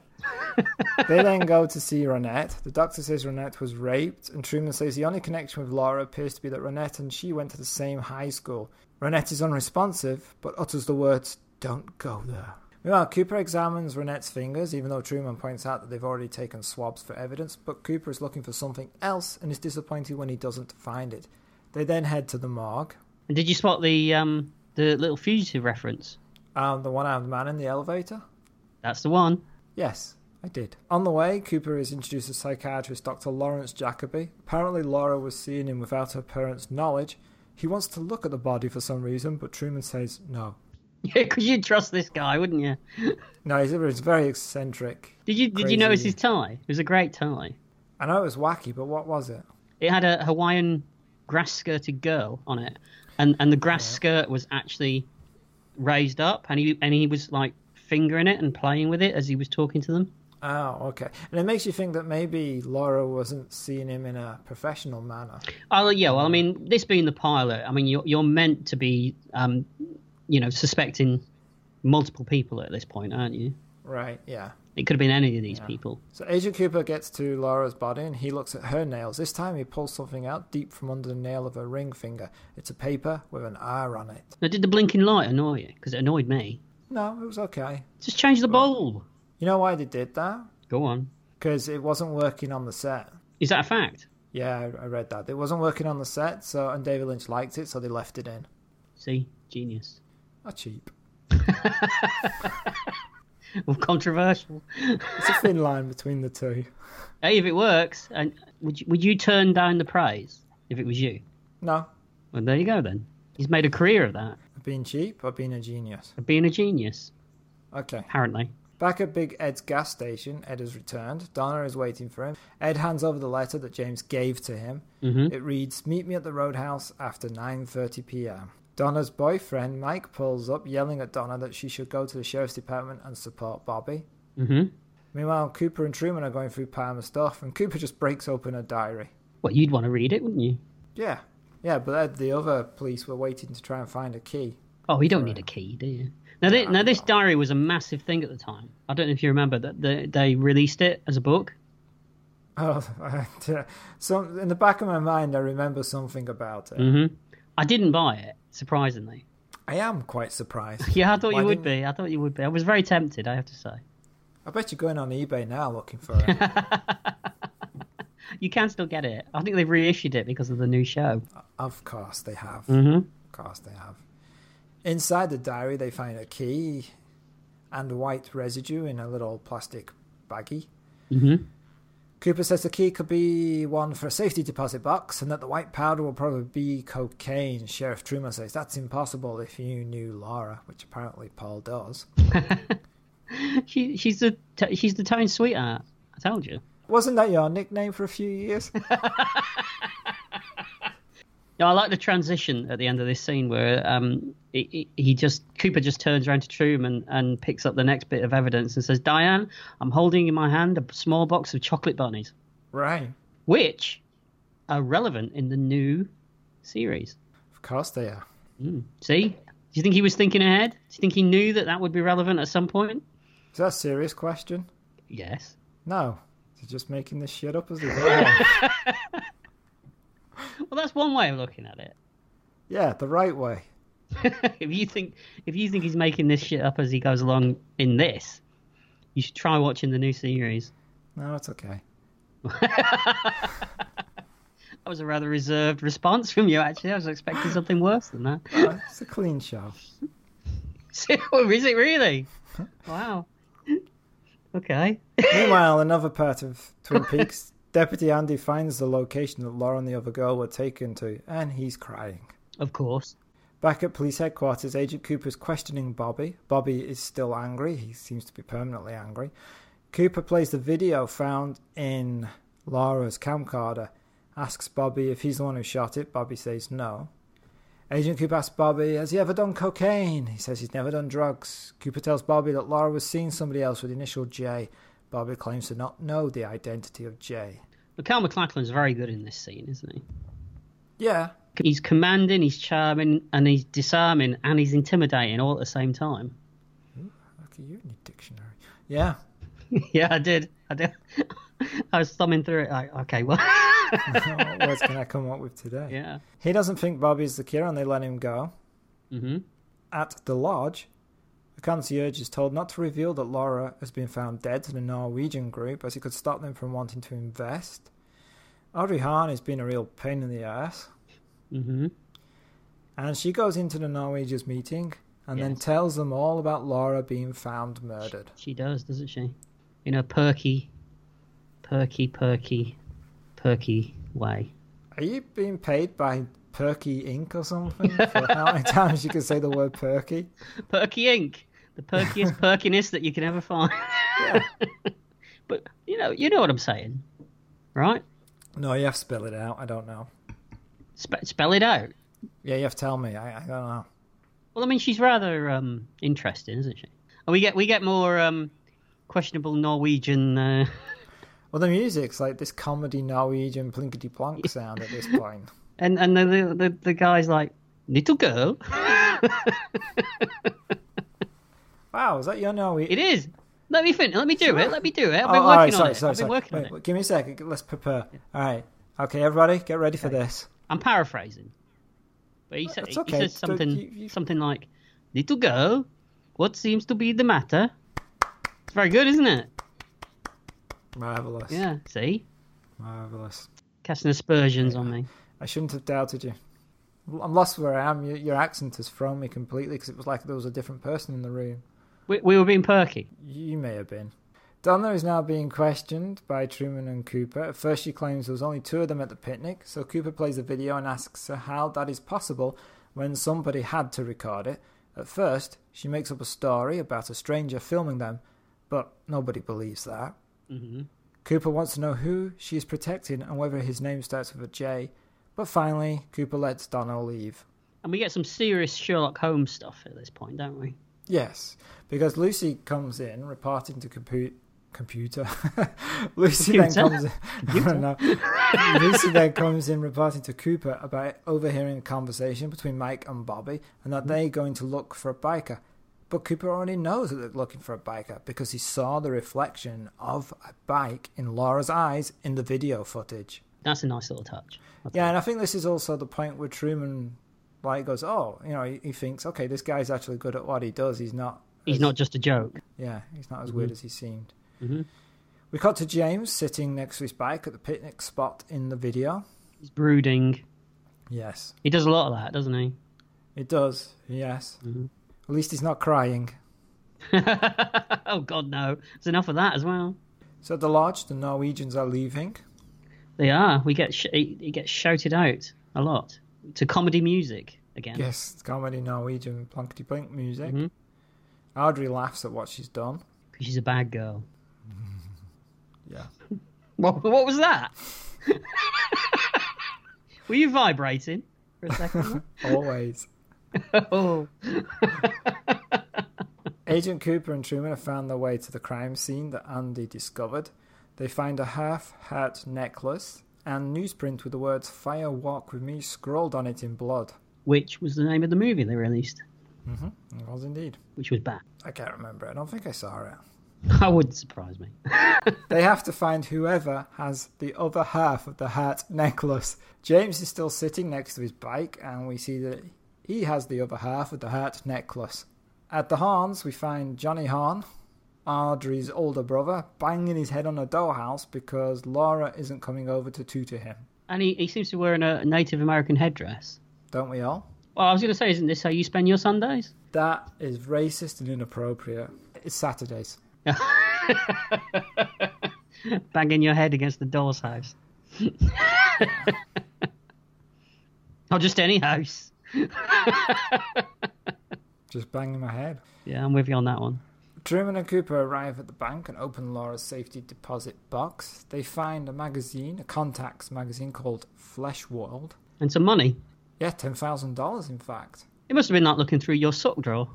[SPEAKER 1] they then go to see Ronette. The doctor says Ronette was raped, and Truman says the only connection with Laura appears to be that Ronette and she went to the same high school. Ronette is unresponsive, but utters the words, Don't go there. Meanwhile, Cooper examines Ronette's fingers, even though Truman points out that they've already taken swabs for evidence, but Cooper is looking for something else and is disappointed when he doesn't find it. They then head to the morgue.
[SPEAKER 2] And did you spot the um the little fugitive reference?
[SPEAKER 1] Um, the one armed man in the elevator?
[SPEAKER 2] That's the one.
[SPEAKER 1] Yes, I did. On the way, Cooper is introduced to psychiatrist Dr. Lawrence Jacoby. Apparently, Laura was seeing him without her parents' knowledge. He wants to look at the body for some reason, but Truman says no.
[SPEAKER 2] Yeah, because you'd trust this guy, wouldn't you?
[SPEAKER 1] No, he's, he's very eccentric.
[SPEAKER 2] Did you did
[SPEAKER 1] Crazy.
[SPEAKER 2] you notice his tie? It was a great tie.
[SPEAKER 1] I know it was wacky, but what was it?
[SPEAKER 2] It had a Hawaiian grass skirted girl on it, and and the grass skirt was actually raised up, and he and he was like fingering it and playing with it as he was talking to them.
[SPEAKER 1] Oh, okay. And it makes you think that maybe Laura wasn't seeing him in a professional manner.
[SPEAKER 2] Oh yeah, well I mean, this being the pilot, I mean you're you're meant to be, um, you know, suspecting multiple people at this point, aren't you?
[SPEAKER 1] Right, yeah.
[SPEAKER 2] It could have been any of these people.
[SPEAKER 1] So Agent Cooper gets to Laura's body and he looks at her nails. This time he pulls something out deep from under the nail of her ring finger. It's a paper with an R on it.
[SPEAKER 2] Now, did the blinking light annoy you? Because it annoyed me.
[SPEAKER 1] No, it was okay.
[SPEAKER 2] Just change the bulb.
[SPEAKER 1] You know why they did that?
[SPEAKER 2] Go on.
[SPEAKER 1] Because it wasn't working on the set.
[SPEAKER 2] Is that a fact?
[SPEAKER 1] Yeah, I I read that. It wasn't working on the set, so and David Lynch liked it, so they left it in.
[SPEAKER 2] See, genius.
[SPEAKER 1] Not cheap.
[SPEAKER 2] Well, controversial.
[SPEAKER 1] It's a thin line between the two.
[SPEAKER 2] Hey, if it works, and would you, would you turn down the prize if it was you?
[SPEAKER 1] No,
[SPEAKER 2] Well, there you go then. He's made a career of that,
[SPEAKER 1] I've been cheap, I've been a genius.
[SPEAKER 2] of being a genius,
[SPEAKER 1] Okay.
[SPEAKER 2] apparently.
[SPEAKER 1] Back at Big Ed's gas station, Ed has returned. Donna is waiting for him. Ed hands over the letter that James gave to him.
[SPEAKER 2] Mhm.
[SPEAKER 1] It reads, "Meet me at the roadhouse after 9:30 p.m." Donna's boyfriend Mike pulls up, yelling at Donna that she should go to the sheriff's department and support Bobby.
[SPEAKER 2] hmm
[SPEAKER 1] Meanwhile, Cooper and Truman are going through Palmer's stuff, and Cooper just breaks open a diary.
[SPEAKER 2] Well, you'd want to read it, wouldn't you?
[SPEAKER 1] Yeah, yeah, but Ed, the other police were waiting to try and find a key.
[SPEAKER 2] Oh, you don't need a key, do you? Now, thi- now this diary was a massive thing at the time. I don't know if you remember that they, they released it as a book.
[SPEAKER 1] Oh, so in the back of my mind, I remember something about it.
[SPEAKER 2] hmm I didn't buy it, surprisingly.
[SPEAKER 1] I am quite surprised.
[SPEAKER 2] Yeah, I thought
[SPEAKER 1] Why
[SPEAKER 2] you would be. I thought you would be. I was very tempted, I have to say.
[SPEAKER 1] I bet you're going on eBay now looking for it.
[SPEAKER 2] You can still get it. I think they've reissued it because of the new show.
[SPEAKER 1] of course they have.
[SPEAKER 2] hmm
[SPEAKER 1] Of course they have. Inside the diary, they find a key and white residue in a little plastic baggie.
[SPEAKER 2] hmm
[SPEAKER 1] Cooper says the key could be one for a safety deposit box and that the white powder will probably be cocaine. Sheriff Truman says that's impossible if you knew Laura, which apparently Paul does.
[SPEAKER 2] She, she's the t- she's the town sweetheart. I told you.
[SPEAKER 1] Wasn't that your nickname for a few years?
[SPEAKER 2] No, I like the transition at the end of this scene where um he, he- he just Cooper just turns around to Truman and picks up the next bit of evidence and says, "Diane, I'm holding in my hand a small box of chocolate bunnies,
[SPEAKER 1] right.
[SPEAKER 2] which are relevant in the new series."
[SPEAKER 1] Of course they are.
[SPEAKER 2] See, do you think he was thinking ahead? Do you think he knew that that would be relevant at some point?
[SPEAKER 1] Is that a serious question?
[SPEAKER 2] Yes.
[SPEAKER 1] No. They're just making this shit up as they go along.
[SPEAKER 2] Well, that's one way of looking at it.
[SPEAKER 1] Yeah, the right way.
[SPEAKER 2] if you think if you think he's making this shit up as he goes along in this, you should try watching the new series.
[SPEAKER 1] No, it's okay.
[SPEAKER 2] That was a rather reserved response from you. Actually, I was expecting something worse than that.
[SPEAKER 1] Uh, it's a clean show.
[SPEAKER 2] So, Is it really? Wow. Okay.
[SPEAKER 1] Meanwhile, another part of Twin Peaks, Deputy Andy finds the location that Laura and the other girl were taken to, and he's crying.
[SPEAKER 2] Of course.
[SPEAKER 1] Back at police headquarters, Agent Cooper's questioning Bobby. Bobby is still angry. He seems to be permanently angry. Cooper plays the video found in Laura's camcorder, asks Bobby if he's the one who shot it. Bobby says no. Agent Cooper asks Bobby, has he ever done cocaine? He says he's never done drugs. Cooper tells Bobby that Laura was seeing somebody else with initial J. Bobby claims to not know the identity of J.
[SPEAKER 2] But Cal McLachlan's very good in this scene, isn't he?
[SPEAKER 1] Yeah,
[SPEAKER 2] He's commanding, he's charming, and he's disarming, and he's intimidating all at the same time.
[SPEAKER 1] okay, you're in your dictionary. Yeah,
[SPEAKER 2] yeah, I did. I did. I was thumbing through it like, okay, well,
[SPEAKER 1] what words can I come up with today?
[SPEAKER 2] yeah.
[SPEAKER 1] He doesn't think Bobby's the killer and they let him go.
[SPEAKER 2] hmm
[SPEAKER 1] At the lodge, the concierge is told not to reveal that Laura has been found dead to the Norwegian group as it could stop them from wanting to invest. Audrey Hahn has been a real pain in the ass.
[SPEAKER 2] hmm
[SPEAKER 1] And she goes into the Norwegians meeting and then
[SPEAKER 2] Yes.
[SPEAKER 1] tells them all about Laura being found murdered.
[SPEAKER 2] She does, doesn't she? In a perky, perky, perky, perky way.
[SPEAKER 1] Are you being paid by Perky Inc. or something for how many times you can say the word perky?
[SPEAKER 2] Perky Inc. The perkiest perkiness that you can ever find. but you know, you know what I'm saying, right?
[SPEAKER 1] No, you have to spell it out. I don't know.
[SPEAKER 2] Spe- spell it out.
[SPEAKER 1] Yeah, you have to tell me. I, I don't know.
[SPEAKER 2] Well, I mean, she's rather um, interesting, isn't she? And we get we get more um, questionable Norwegian. Uh,
[SPEAKER 1] Well, the music's like this comedy Norwegian plinkety plonk sound at this point.
[SPEAKER 2] and and the, the the the guy's like little girl.
[SPEAKER 1] Wow, is that your Norwegian?
[SPEAKER 2] It is. Let me fin. Let me do it. Let me do it. I've
[SPEAKER 1] Oh,
[SPEAKER 2] been working
[SPEAKER 1] all right,
[SPEAKER 2] on
[SPEAKER 1] sorry,
[SPEAKER 2] it.
[SPEAKER 1] sorry,
[SPEAKER 2] I've been
[SPEAKER 1] sorry.
[SPEAKER 2] working
[SPEAKER 1] Wait,
[SPEAKER 2] on it.
[SPEAKER 1] wait, Give me a second. Let's prepare. All right. Okay, everybody, get ready for this.
[SPEAKER 2] I'm paraphrasing, but he, sa-
[SPEAKER 1] That's
[SPEAKER 2] he
[SPEAKER 1] okay.
[SPEAKER 2] says
[SPEAKER 1] So
[SPEAKER 2] something
[SPEAKER 1] you- you-
[SPEAKER 2] something like, "Little girl, what seems to be the matter?" It's very good, isn't it?
[SPEAKER 1] Marvelous.
[SPEAKER 2] Yeah. See,
[SPEAKER 1] Marvelous.
[SPEAKER 2] casting aspersions on me.
[SPEAKER 1] I shouldn't have doubted you. I'm lost where I am. Your, your accent has thrown me completely because it was like there was a different person in the room.
[SPEAKER 2] We, we were being perky.
[SPEAKER 1] You may have been. Donna is now being questioned by Truman and Cooper. At first, she claims there was only two of them at the picnic, so Cooper plays the video and asks her how that is possible when somebody had to record it. At first, she makes up a story about a stranger filming them, but nobody believes that.
[SPEAKER 2] hmm
[SPEAKER 1] Cooper wants to know who she is protecting and whether his name starts with a J, but finally, Cooper lets Donna leave.
[SPEAKER 2] And we get some serious Sherlock Holmes stuff at this point, don't we?
[SPEAKER 1] Yes, because Lucy comes in reporting to compu- computer. Lucy then
[SPEAKER 2] Computer?
[SPEAKER 1] comes in. No, no. Lucy then comes in reporting to Cooper about overhearing a conversation between Mike and Bobby, and that they're going to look for a biker. But Cooper already knows that they're looking for a biker because he saw the reflection of a bike in Laura's eyes in the video footage.
[SPEAKER 2] That's a nice little touch. I
[SPEAKER 1] Yeah,
[SPEAKER 2] thought.
[SPEAKER 1] and I think this is also the point where Truman like goes, "Oh, you know," he, he thinks, "Okay, this guy's actually good at what he does. He's not."
[SPEAKER 2] He's not just a joke.
[SPEAKER 1] Yeah, he's not as weird as he seemed.
[SPEAKER 2] Mhm.
[SPEAKER 1] We cut to James sitting next to his bike at the picnic spot in the video.
[SPEAKER 2] He's brooding.
[SPEAKER 1] Yes,
[SPEAKER 2] He does a lot of that, doesn't he?
[SPEAKER 1] it does. Yes.
[SPEAKER 2] Mhm.
[SPEAKER 1] At least he's not crying.
[SPEAKER 2] oh God, no! There's enough of that as well.
[SPEAKER 1] So at the lodge, the Norwegians are leaving.
[SPEAKER 2] They are. We get sh- he, he gets shouted out a lot to comedy music again.
[SPEAKER 1] Yes, it's comedy Norwegian plunkety plink music.
[SPEAKER 2] Mhm.
[SPEAKER 1] Audrey laughs at what she's done.
[SPEAKER 2] 'Cause she's a bad girl.
[SPEAKER 1] Yeah.
[SPEAKER 2] What, what was that? Were you vibrating for a second?
[SPEAKER 1] Always.
[SPEAKER 2] oh,
[SPEAKER 1] Agent Cooper and Truman have found their way to the crime scene that Andy discovered. They find a half hurt necklace and newsprint with the words Fire Walk with Me scrawled on it in blood.
[SPEAKER 2] which was the name of the movie they released,
[SPEAKER 1] It was indeed.
[SPEAKER 2] which was bad.
[SPEAKER 1] I can't remember. I don't think I saw it.
[SPEAKER 2] That wouldn't surprise me.
[SPEAKER 1] They have to find whoever has the other half of the heart necklace. James is still sitting next to his bike, and we see that he has the other half of the heart necklace. At the Horns, we find Johnny Horn, Audrey's older brother, banging his head on a dollhouse because Laura isn't coming over to tutor him.
[SPEAKER 2] And he, he seems to be wearing a Native American headdress.
[SPEAKER 1] Don't we all?
[SPEAKER 2] Well, I was going to say, isn't this how you spend your Sundays?
[SPEAKER 1] That is racist and inappropriate. It's Saturdays.
[SPEAKER 2] Banging your head against the doll's house. or just any house.
[SPEAKER 1] Just banging my head.
[SPEAKER 2] Yeah, I'm with you on that one.
[SPEAKER 1] Truman and Cooper arrive at the bank and open Laura's safety deposit box. They find a magazine, a contacts magazine called Flesh World.
[SPEAKER 2] And some money.
[SPEAKER 1] Yeah, ten thousand dollars, in fact.
[SPEAKER 2] It must have been like looking through your sock drawer.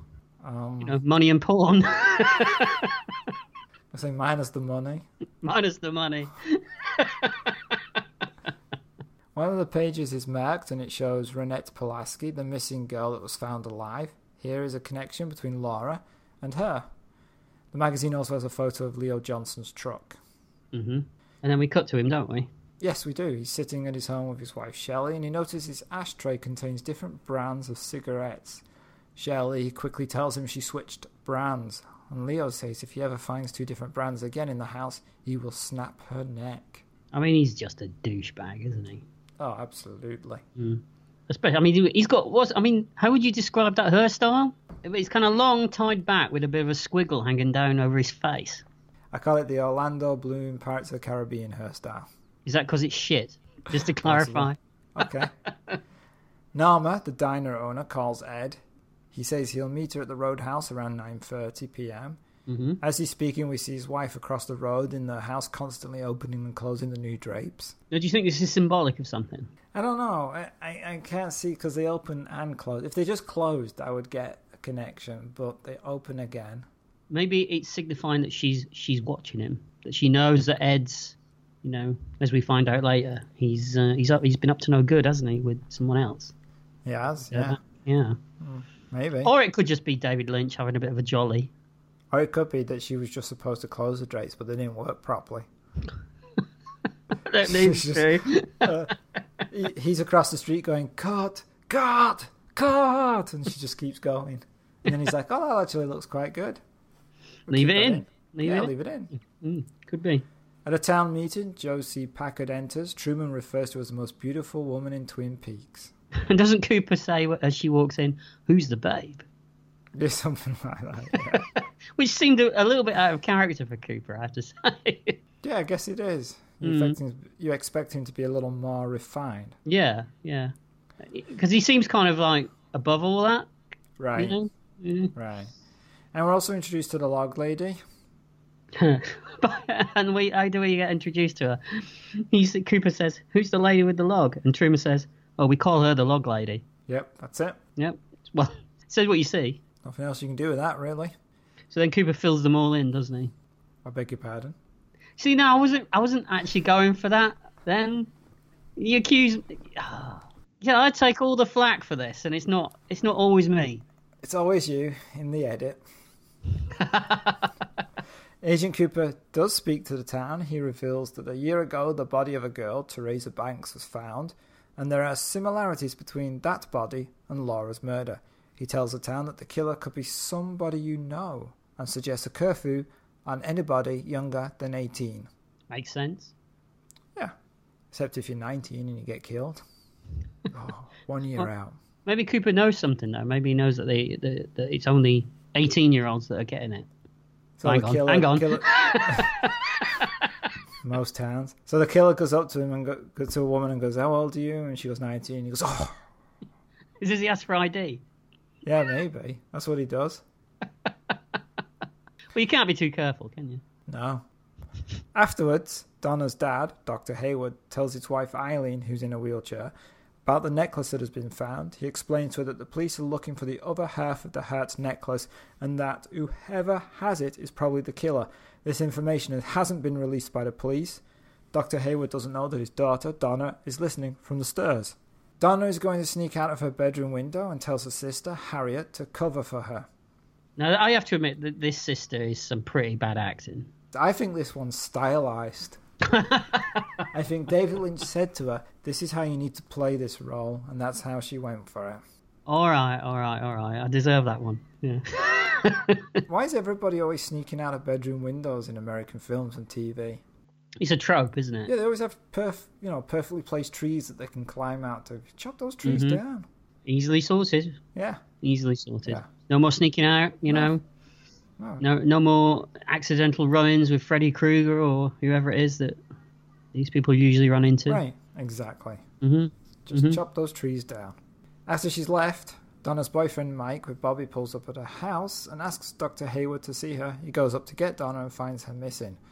[SPEAKER 1] Um,
[SPEAKER 2] You know, money and porn.
[SPEAKER 1] I say minus the money.
[SPEAKER 2] Minus the money.
[SPEAKER 1] One of the pages is marked and it shows Renette Pulaski, the missing girl that was found alive. Here is a connection between Laura and her. The magazine also has a photo of Leo Johnson's truck.
[SPEAKER 2] hmm And then we cut to him, don't we?
[SPEAKER 1] Yes, we do. He's sitting at his home with his wife Shelley, and he notices his ashtray contains different brands of cigarettes. Shelley quickly tells him she switched brands, and Leo says if he ever finds two different brands again in the house, he will snap her neck.
[SPEAKER 2] I mean, he's just a douchebag, isn't he?
[SPEAKER 1] Oh, absolutely.
[SPEAKER 2] Especially, I mean, he's got what? I mean, how would you describe that hairstyle? It's kind of long, tied back with a bit of a squiggle hanging down over his face.
[SPEAKER 1] I call it the Orlando Bloom Pirates of the Caribbean hairstyle.
[SPEAKER 2] Is that because it's shit? Just to clarify.
[SPEAKER 1] Okay. Nama, the diner owner, calls Ed. He says he'll meet her at the roadhouse around 9:30 p.m.
[SPEAKER 2] hmm
[SPEAKER 1] As he's speaking, we see his wife across the road in the house constantly opening and closing the new drapes.
[SPEAKER 2] Now, do you think this is symbolic of something?
[SPEAKER 1] I don't know. I, I, I can't see because they open and close. If they just closed, I would get a connection, but they open again.
[SPEAKER 2] Maybe it's signifying that she's she's watching him. That she knows that Ed's, you know, as we find out later, he's uh, he's up, he's been up to no good, hasn't he, with someone else?
[SPEAKER 1] Yes, yeah, Oh.
[SPEAKER 2] Yeah.
[SPEAKER 1] maybe.
[SPEAKER 2] Or it could just be David Lynch having a bit of a jolly.
[SPEAKER 1] Or it could be that she was just supposed to close the drapes, but they didn't work properly.
[SPEAKER 2] that needs
[SPEAKER 1] Just-
[SPEAKER 2] to.
[SPEAKER 1] He, he's across the street going, cut, cut, cut, and she just keeps going. And then he's like, oh, that actually looks quite good.
[SPEAKER 2] Leave it
[SPEAKER 1] that
[SPEAKER 2] in.
[SPEAKER 1] in.
[SPEAKER 2] Leave
[SPEAKER 1] yeah,
[SPEAKER 2] it.
[SPEAKER 1] leave it in.
[SPEAKER 2] in. Mm, could be.
[SPEAKER 1] At a town meeting, Josie Packard enters. Truman refers to her as the most beautiful woman in Twin Peaks.
[SPEAKER 2] And doesn't Cooper say wh- as she walks in, "Who's the babe?"
[SPEAKER 1] There's something like that. Yeah.
[SPEAKER 2] Which seemed a, a little bit out of character for Cooper, I have to say.
[SPEAKER 1] Yeah, I guess it is. You,
[SPEAKER 2] Hmm.
[SPEAKER 1] expect him, you expect him to be a little more refined.
[SPEAKER 2] yeah, yeah. Because he seems kind of like above all that,
[SPEAKER 1] Right,
[SPEAKER 2] you know.
[SPEAKER 1] right. And we're also introduced to the log lady.
[SPEAKER 2] Yeah. But- and we, how do we get introduced to her? He s- Cooper says, "Who's the lady with the log?" And Truman says, "Oh, we call her the log lady."
[SPEAKER 1] Yep, that's it.
[SPEAKER 2] Yep. Well, says what you see.
[SPEAKER 1] Nothing else you can do with that, really.
[SPEAKER 2] So then Cooper fills them all in, doesn't he?
[SPEAKER 1] I beg your pardon.
[SPEAKER 2] See, no, I wasn't. I wasn't actually going for that. Then you accuse. Yeah, I take all the flack for this, and it's not. It's not always me.
[SPEAKER 1] It's always you in the edit. Agent Cooper does speak to the town. He reveals that a year ago, the body of a girl, Teresa Banks, was found, and there are similarities between that body and Laura's murder. He tells the town that the killer could be somebody you know and suggests a curfew on anybody younger than 18.
[SPEAKER 2] Makes sense.
[SPEAKER 1] Except if you're 19 and you get killed. Oh, one year out.
[SPEAKER 2] Maybe Cooper knows something though. Maybe he knows that they that, that it's only eighteen-year-olds that are getting it.
[SPEAKER 1] So
[SPEAKER 2] Hang
[SPEAKER 1] the
[SPEAKER 2] on,
[SPEAKER 1] killer,
[SPEAKER 2] hang on.
[SPEAKER 1] killer- most towns. So the killer goes up to him and go, goes to a woman and goes, "How old are you?" And she goes, "19." He goes, "Oh,
[SPEAKER 2] Is this he asked for ID?
[SPEAKER 1] yeah, maybe." That's what he does.
[SPEAKER 2] Well, you can't be too careful, can you?
[SPEAKER 1] No. Afterwards, Donna's dad, Dr. Hayward, tells his wife Eileen, who's in a wheelchair, about the necklace that has been found. He explains to her that the police are looking for the other half of the Hurt necklace and that whoever has it is probably the killer. This information hasn't been released by the police. Dr. Hayward doesn't know that his daughter, Donna, is listening from the stairs. Donna is going to sneak out of her bedroom window and tells her sister, Harriet, to cover for her.
[SPEAKER 2] Now I have to admit that this sister is some pretty bad acting.
[SPEAKER 1] I think this one's stylized. I think David Lynch said to her, "This is how you need to play this role," and that's how she went for it.
[SPEAKER 2] All right, all right, all right. I deserve that one. Yeah.
[SPEAKER 1] Why is everybody always sneaking out of bedroom windows in American films and TV?
[SPEAKER 2] It's a trope, isn't it?
[SPEAKER 1] Yeah, they always have perf- you know perfectly placed trees that they can climb out to. Chop those trees down.
[SPEAKER 2] Easily sorted.
[SPEAKER 1] Yeah,
[SPEAKER 2] Easily sorted.
[SPEAKER 1] Yeah.
[SPEAKER 2] No more sneaking out, you know.
[SPEAKER 1] No.
[SPEAKER 2] No, no more accidental run-ins with Freddy Krueger or whoever it is that these people usually run into.
[SPEAKER 1] right, exactly.
[SPEAKER 2] hmm
[SPEAKER 1] Just chop those trees down. After she's left, Donna's boyfriend Mike with Bobby pulls up at her house and asks Dr. Hayward to see her. He goes up to get Donna and finds her missing.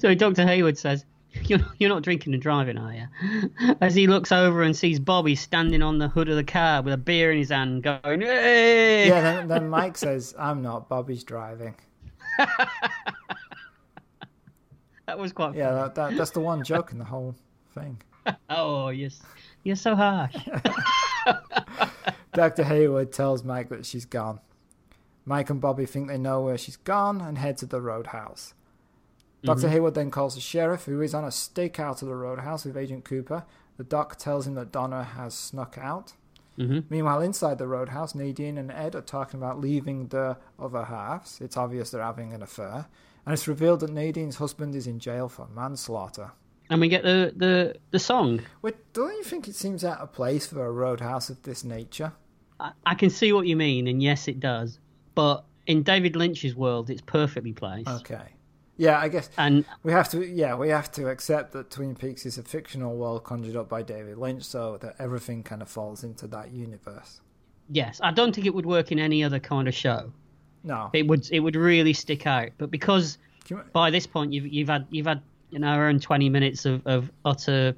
[SPEAKER 2] So Dr. Hayward says, you're, you're not drinking and driving, are you? As he looks over and sees Bobby standing on the hood of the car with a beer in his hand, going, hey!
[SPEAKER 1] Yeah, then, then Mike says, I'm not, Bobby's driving.
[SPEAKER 2] That was quite
[SPEAKER 1] Yeah, that, that, that's the one joke in the whole thing.
[SPEAKER 2] Oh, yes. You're so harsh.
[SPEAKER 1] Dr. Hayward tells Mike that she's gone. Mike and Bobby think they know where she's gone and head to the roadhouse. Dr. Hayward then calls the sheriff, who is on a stakeout of the roadhouse with Agent Cooper. The doc tells him that Donna has snuck out.
[SPEAKER 2] Mhm.
[SPEAKER 1] Meanwhile, inside the roadhouse, Nadine and Ed are talking about leaving the other halves. It's obvious they're having an affair. And it's revealed that Nadine's husband is in jail for manslaughter.
[SPEAKER 2] And we get the, the, the song.
[SPEAKER 1] Wait, don't you think it seems out of place for a roadhouse of this nature?
[SPEAKER 2] I, I can see what you mean, and yes, it does. But in David Lynch's world, it's perfectly placed.
[SPEAKER 1] Okay. Yeah, I guess
[SPEAKER 2] And
[SPEAKER 1] We have to, yeah, we have to accept that Twin Peaks is a fictional world conjured up by David Lynch, so that everything kind of falls into that universe.
[SPEAKER 2] yes, I don't think it would work in any other kind of show.
[SPEAKER 1] No,
[SPEAKER 2] It would it would really stick out. But because
[SPEAKER 1] Can you-
[SPEAKER 2] by this point you've you've had you've had an hour and twenty minutes of, of utter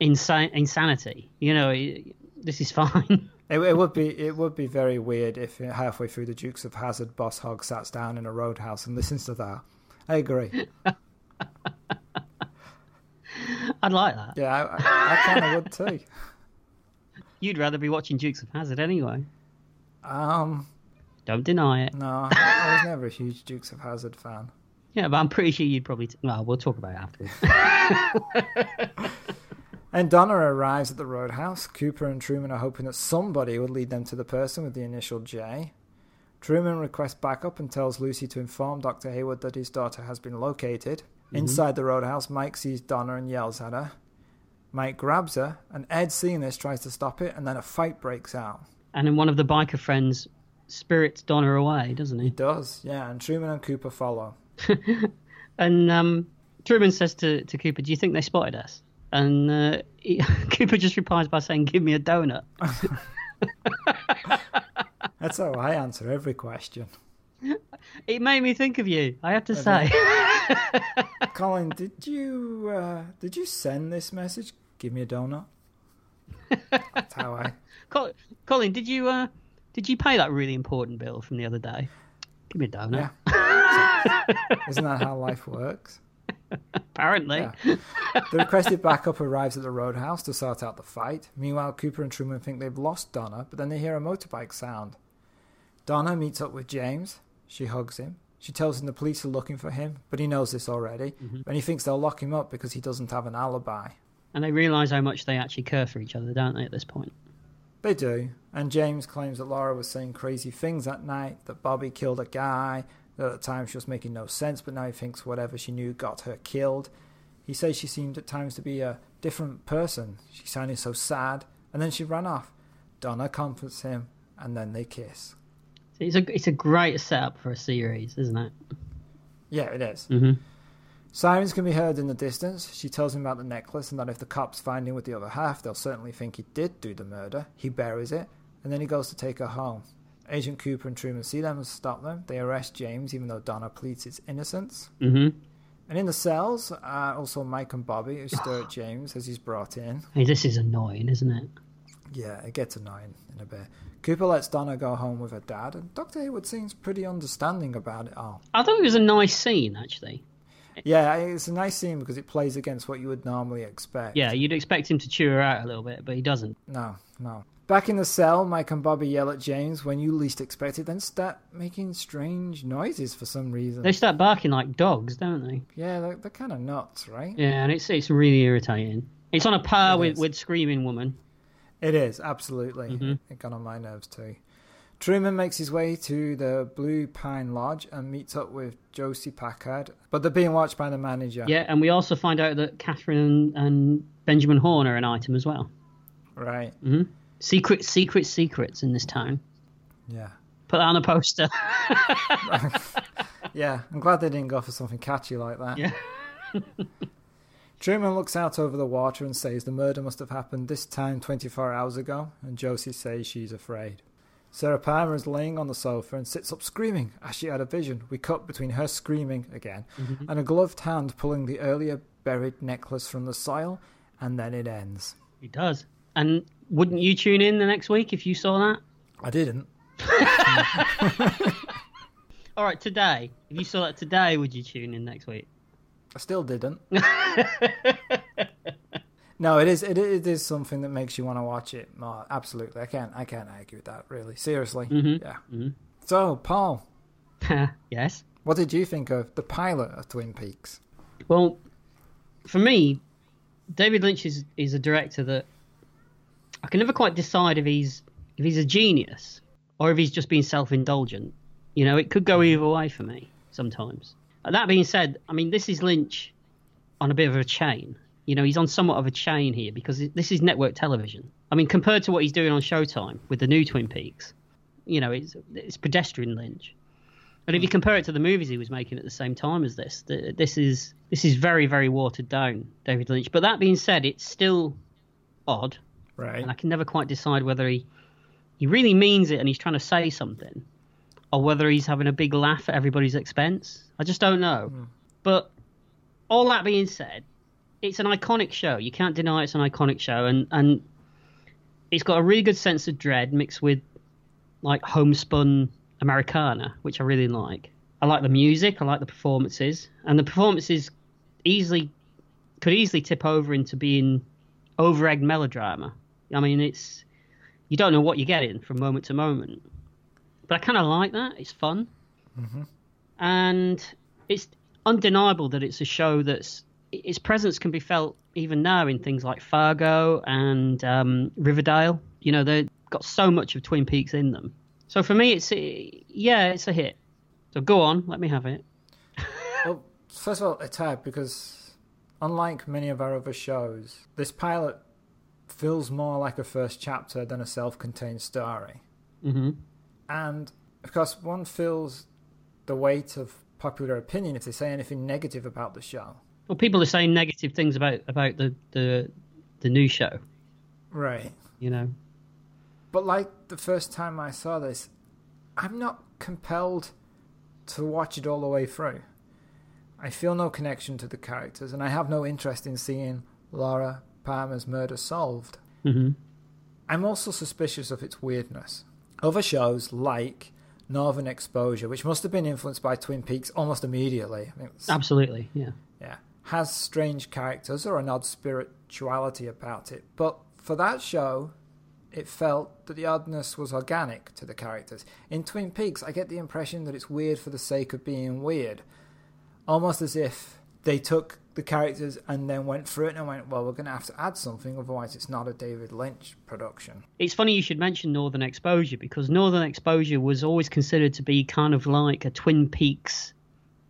[SPEAKER 2] insa- insanity. You know, it- this is fine.
[SPEAKER 1] it, it would be it would be very weird if halfway through the Dukes of Hazard, Boss Hogg sat down in a roadhouse and listens to that. I agree.
[SPEAKER 2] I'd like that.
[SPEAKER 1] Yeah, I, I, I kind of would too.
[SPEAKER 2] You'd rather be watching Dukes of Hazard anyway.
[SPEAKER 1] Um,
[SPEAKER 2] Don't deny it.
[SPEAKER 1] no, I was never a huge Dukes of Hazard fan.
[SPEAKER 2] Yeah, but I'm pretty sure you'd probably. T- well, we'll talk about it afterwards.
[SPEAKER 1] And Donna arrives at the roadhouse. Cooper and Truman are hoping that somebody would lead them to the person with the initial J. Truman requests backup and tells Lucy to inform Dr. Hayward that his daughter has been located. Inside the roadhouse, Mike sees Donna and yells at her. Mike grabs her, and Ed, seeing this, tries to stop it, and then a fight breaks out.
[SPEAKER 2] and then one of the biker friends spirits Donna away, doesn't he?
[SPEAKER 1] He does, yeah, and Truman and Cooper follow.
[SPEAKER 2] And um, Truman says to, to Cooper, "Do you think they spotted us?" And uh, he- Cooper just replies by saying, "Give me a donut."
[SPEAKER 1] That's how I answer every question.
[SPEAKER 2] It made me think of you. I have to say,
[SPEAKER 1] Colin, did you uh, did you send this message? Give me a donut. That's how I
[SPEAKER 2] Col- Colin, did you uh, did you pay that really important bill from the other day? Give me a donut.
[SPEAKER 1] Yeah. Isn't that how life works?
[SPEAKER 2] Apparently,
[SPEAKER 1] Yeah. The requested backup arrives at the roadhouse to sort out the fight. Meanwhile, Cooper and Truman think they've lost Donna, but then they hear a motorbike sound. Donna meets up with James. She hugs him. She tells him the police are looking for him, but he knows this already, and he thinks they'll lock him up because he doesn't have an alibi.
[SPEAKER 2] and they realise how much they actually care for each other, don't they? At this point,
[SPEAKER 1] They do, and James claims that Laura was saying crazy things that night, that Bobby killed a guy, that at the time she was making no sense, but now he thinks whatever she knew got her killed. He says she seemed at times to be a different person. She sounded so sad, and then she ran off. Donna comforts him, and then they kiss.
[SPEAKER 2] it's a it's a great setup for a series, isn't it?
[SPEAKER 1] Yeah, it is.
[SPEAKER 2] Mhm.
[SPEAKER 1] Sirens can be heard in the distance. She tells him about the necklace and that if the cops find him with the other half, they'll certainly think he did do the murder. He buries it, and then he goes to take her home. Agent Cooper and Truman see them and stop them. They arrest James, even though Donna pleads his innocence.
[SPEAKER 2] Mm-hmm.
[SPEAKER 1] And in the cells are also Mike and Bobby, who stare at James as he's brought in.
[SPEAKER 2] Hey, this is annoying, isn't it?
[SPEAKER 1] Yeah, it gets annoying in a bit. Cooper lets Donna go home with her dad, and Dr. Hayward seems pretty understanding about it all.
[SPEAKER 2] I thought it was a nice scene, actually.
[SPEAKER 1] Yeah, it's a nice scene because it plays against what you would normally expect.
[SPEAKER 2] Yeah, you'd expect him to chew her out a little bit, but he doesn't.
[SPEAKER 1] No, no. Back in the cell, Mike and Bobby yell at James when you least expect it, then start making strange noises for some reason.
[SPEAKER 2] They start barking like dogs, don't they?
[SPEAKER 1] yeah, they're, they're kind of nuts, right?
[SPEAKER 2] Yeah, and it's it's really irritating. It's on a par
[SPEAKER 1] It
[SPEAKER 2] with,
[SPEAKER 1] is.
[SPEAKER 2] with Screaming Woman.
[SPEAKER 1] It is, absolutely. It got on my nerves too. Truman makes his way to the Blue Pine Lodge and meets up with Josie Packard, but they're being watched by the manager.
[SPEAKER 2] Yeah, and we also find out that Catherine and, and Benjamin Horn are an item as well.
[SPEAKER 1] Right.
[SPEAKER 2] Secret, secret, secrets in this town.
[SPEAKER 1] Yeah.
[SPEAKER 2] Put that on a poster.
[SPEAKER 1] Yeah. I'm glad they didn't go for something catchy like that.
[SPEAKER 2] Yeah.
[SPEAKER 1] Truman looks out over the water and says the murder must have happened this time 24 hours ago, and Josie says she's afraid. Sarah Palmer is laying on the sofa and sits up screaming as she had a vision. We cut between her screaming again and a gloved hand pulling the earlier buried necklace from the soil, and then it ends.
[SPEAKER 2] He does. And wouldn't you tune in the next week if you saw that?
[SPEAKER 1] I didn't.
[SPEAKER 2] All right, today. If you saw that today, would you tune in next week?
[SPEAKER 1] I still didn't. no, it is it, it is something that makes you want to watch it more. Absolutely, I can't I can't argue with that. Really, seriously, yeah. So, Paul,
[SPEAKER 2] yes.
[SPEAKER 1] what did you think of the pilot of Twin Peaks?
[SPEAKER 2] Well, for me, David Lynch is, is a director that I can never quite decide if he's if he's a genius or if he's just being self indulgent. You know, it could go either way for me sometimes. Uh, That being said, I mean, this is Lynch on a bit of a chain. You know, he's on somewhat of a chain here because it- this is network television. I mean, compared to what he's doing on Showtime with the new Twin Peaks, you know, it's it's pedestrian Lynch. And if you compare it to the movies he was making at the same time as this, th- this is this is very very watered down David Lynch. But that being said, it's still odd,
[SPEAKER 1] Right.
[SPEAKER 2] and I can never quite decide whether he he really means it and he's trying to say something, or whether he's having a big laugh at everybody's expense. I just don't know. But all that being said, it's an iconic show. You can't deny it's an iconic show, and and it's got a really good sense of dread mixed with like homespun Americana, which I really like. I like the music, I like the performances, and the performances easily could easily tip over into being over egg melodrama. I mean, it's you don't know what you're getting from moment to moment, but I kind of like that. It's fun, and it's undeniable that it's a show that's its presence can be felt even now in things like Fargo and um, Riverdale. You know, they've got so much of Twin Peaks in them. So for me, it's yeah, it's a hit. So go on, let me have it.
[SPEAKER 1] Well, first of all, it's hard because unlike many of our other shows, this pilot feels more like a first chapter than a self-contained story.
[SPEAKER 2] hmm
[SPEAKER 1] And of course, one feels the weight of popular opinion if they say anything negative about the show.
[SPEAKER 2] Well, people are saying negative things about about the the, the new show.
[SPEAKER 1] Right.
[SPEAKER 2] You know,
[SPEAKER 1] But like the first time I saw this, I'm not compelled to watch it all the way through. I feel no connection to the characters, and I have no interest in seeing Laura Palmer's murder solved.
[SPEAKER 2] Mhm.
[SPEAKER 1] I'm also suspicious of its weirdness. Other shows like Northern Exposure, which must have been influenced by Twin Peaks almost immediately, I mean, it's-
[SPEAKER 2] absolutely, yeah.
[SPEAKER 1] yeah, has strange characters or an odd spirituality about it. But for that show, it felt that the oddness was organic to the characters. In Twin Peaks, I get the impression that it's weird for the sake of being weird, almost as if they took the characters and then went through it and went, well, we're going to have to add something, otherwise it's not a David Lynch production.
[SPEAKER 2] It's funny you should mention Northern Exposure because Northern Exposure was always considered to be kind of like a Twin Peaks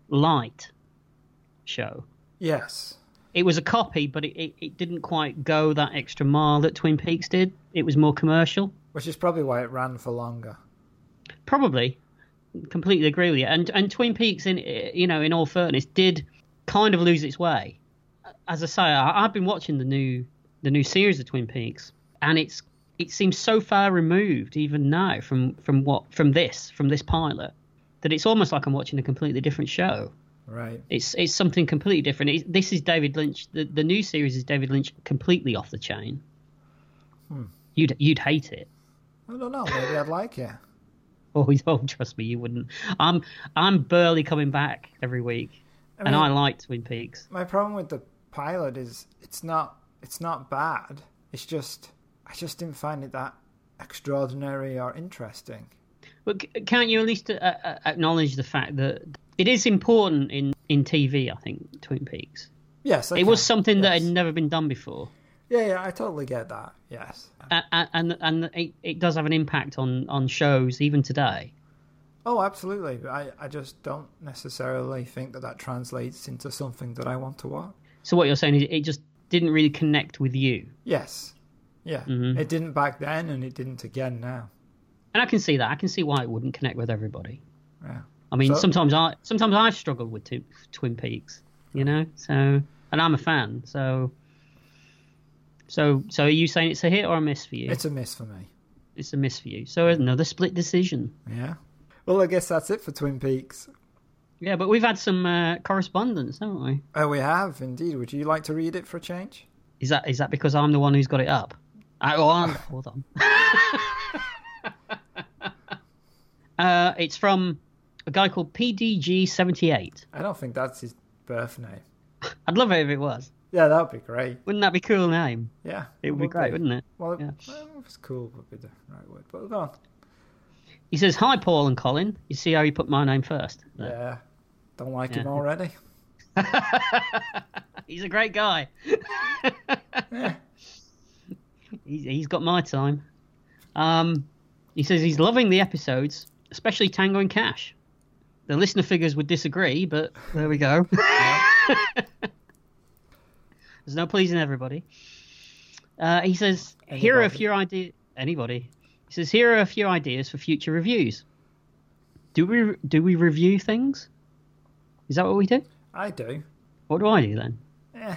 [SPEAKER 2] light show.
[SPEAKER 1] Yes.
[SPEAKER 2] It was a copy, but it, it, it didn't quite go that extra mile that Twin Peaks did. It was more commercial.
[SPEAKER 1] Which is probably why it ran for longer.
[SPEAKER 2] Probably, completely agree with you. And and Twin Peaks, in you know, in all fairness, did kind of lose its way. As I say, I, I've been watching the new the new series of Twin Peaks, and it's it seems so far removed even now from from what from this from this pilot that it's almost like I'm watching a completely different show.
[SPEAKER 1] Right.
[SPEAKER 2] It's it's something completely different. It, this is David Lynch. The, the new series is David Lynch completely off the chain. You'd you'd hate it.
[SPEAKER 1] I don't know, maybe I'd like it.
[SPEAKER 2] Oh, you don't trust me. You wouldn't. I'm I'm barely coming back every week, and
[SPEAKER 1] mean-
[SPEAKER 2] I like Twin Peaks.
[SPEAKER 1] my problem with the pilot is it's not it's not bad. It's just I just didn't find it that extraordinary or interesting.
[SPEAKER 2] But c- can't you at least uh, uh, acknowledge the fact that it is important in, in TV? I think Twin Peaks.
[SPEAKER 1] Yes, okay.
[SPEAKER 2] It was something that had
[SPEAKER 1] Yes.
[SPEAKER 2] never been done before,
[SPEAKER 1] Yeah, yeah, I totally get that. Yes.
[SPEAKER 2] A- a- and and it, it does have an impact on, on shows even today.
[SPEAKER 1] Oh, absolutely. but I, I just don't necessarily think that that translates into something that I want to watch.
[SPEAKER 2] So what you're saying is it just didn't really connect with you,
[SPEAKER 1] Yes. Yeah.
[SPEAKER 2] Mm-hmm.
[SPEAKER 1] It didn't back then and it didn't again now.
[SPEAKER 2] and I can see that. I can see why it wouldn't connect with everybody.
[SPEAKER 1] Yeah.
[SPEAKER 2] I mean,
[SPEAKER 1] So-
[SPEAKER 2] sometimes I sometimes I've struggled with Twin, Twin Peaks, you know. So, and I'm a fan, so. So, so are you saying it's a hit or a miss for you?
[SPEAKER 1] It's
[SPEAKER 2] It's,
[SPEAKER 1] a miss for me.
[SPEAKER 2] a miss for you. So another split decision.
[SPEAKER 1] Yeah. Well, I guess that's it for Twin Peaks.
[SPEAKER 2] Yeah, but we've had some uh, correspondence, haven't we?
[SPEAKER 1] Oh, we have indeed. Would you like to read it for a change?
[SPEAKER 2] Is that is that because I'm the one who's got it up? I, oh, I'm, hold on. uh, it's from a guy called PDG78.
[SPEAKER 1] I don't think that's his birth name.
[SPEAKER 2] I'd love it if it was.
[SPEAKER 1] Yeah, that would be great.
[SPEAKER 2] Wouldn't that be a cool name?
[SPEAKER 1] Yeah.
[SPEAKER 2] It would be great, wouldn't it?
[SPEAKER 1] Well,
[SPEAKER 2] Yeah.
[SPEAKER 1] well, if it's cool would be the right word. But go on.
[SPEAKER 2] He says, Hi, Paul and Colin. You see how you put my name first?
[SPEAKER 1] Yeah. Don't like him
[SPEAKER 2] Yeah.
[SPEAKER 1] already.
[SPEAKER 2] He's a great guy. he's, he's got my time. Um, he says he's loving the episodes, especially Tango and Cash. The listener figures would disagree, but there we go. There's no pleasing everybody. Uh, he says, here are a
[SPEAKER 1] Anybody.
[SPEAKER 2] few ideas. Anybody. He says, here are a few ideas for future reviews. Do we do we review things? Is that what we do?
[SPEAKER 1] I do.
[SPEAKER 2] What do I do then?
[SPEAKER 1] Yeah.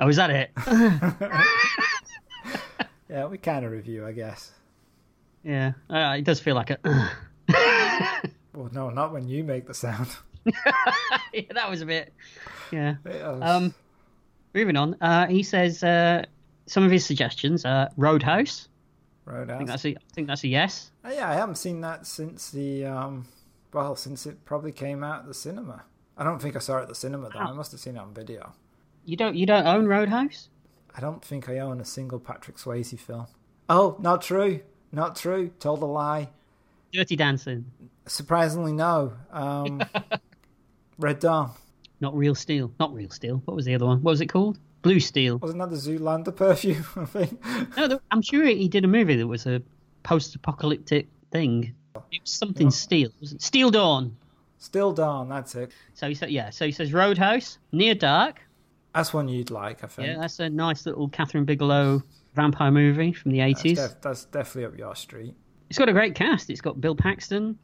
[SPEAKER 2] Oh, is that it?
[SPEAKER 1] Yeah, we kind of review, I guess.
[SPEAKER 2] yeah, uh, it does feel like a.
[SPEAKER 1] Well, no, not when you make the sound.
[SPEAKER 2] yeah, that was a bit. Yeah.
[SPEAKER 1] It was-
[SPEAKER 2] Um, moving on. Uh, he says uh, some of his suggestions. Uh, Roadhouse. I think
[SPEAKER 1] Roadhouse.
[SPEAKER 2] that's a. I think that's a yes.
[SPEAKER 1] Oh, yeah, I haven't seen that since the um, well, since it probably came out at the cinema. I don't think I saw it at the cinema though. I must have seen it on video.
[SPEAKER 2] You don't. You don't own Roadhouse.
[SPEAKER 1] I don't think I own a single Patrick Swayze film. Oh, not true. Not true. Told a lie.
[SPEAKER 2] Dirty Dancing.
[SPEAKER 1] Surprisingly, no. Um, Red Dawn.
[SPEAKER 2] Not Real Steel. Not Real Steel. What was the other one? What was it called? Blue Steel.
[SPEAKER 1] Wasn't that the Zoolander perfume? I think.
[SPEAKER 2] No, th- I'm sure he did a movie that was a post-apocalyptic thing. It was something Steel. Was it Steel Dawn.
[SPEAKER 1] Still Dawn. That's it.
[SPEAKER 2] So he said, yeah. So he says Roadhouse, Near Dark.
[SPEAKER 1] That's one you'd like, I think.
[SPEAKER 2] Yeah, that's a nice little Catherine Bigelow vampire movie from the
[SPEAKER 1] that's,
[SPEAKER 2] eighties.
[SPEAKER 1] def- that's definitely up your street.
[SPEAKER 2] It's got a great cast. It's got Bill Paxton,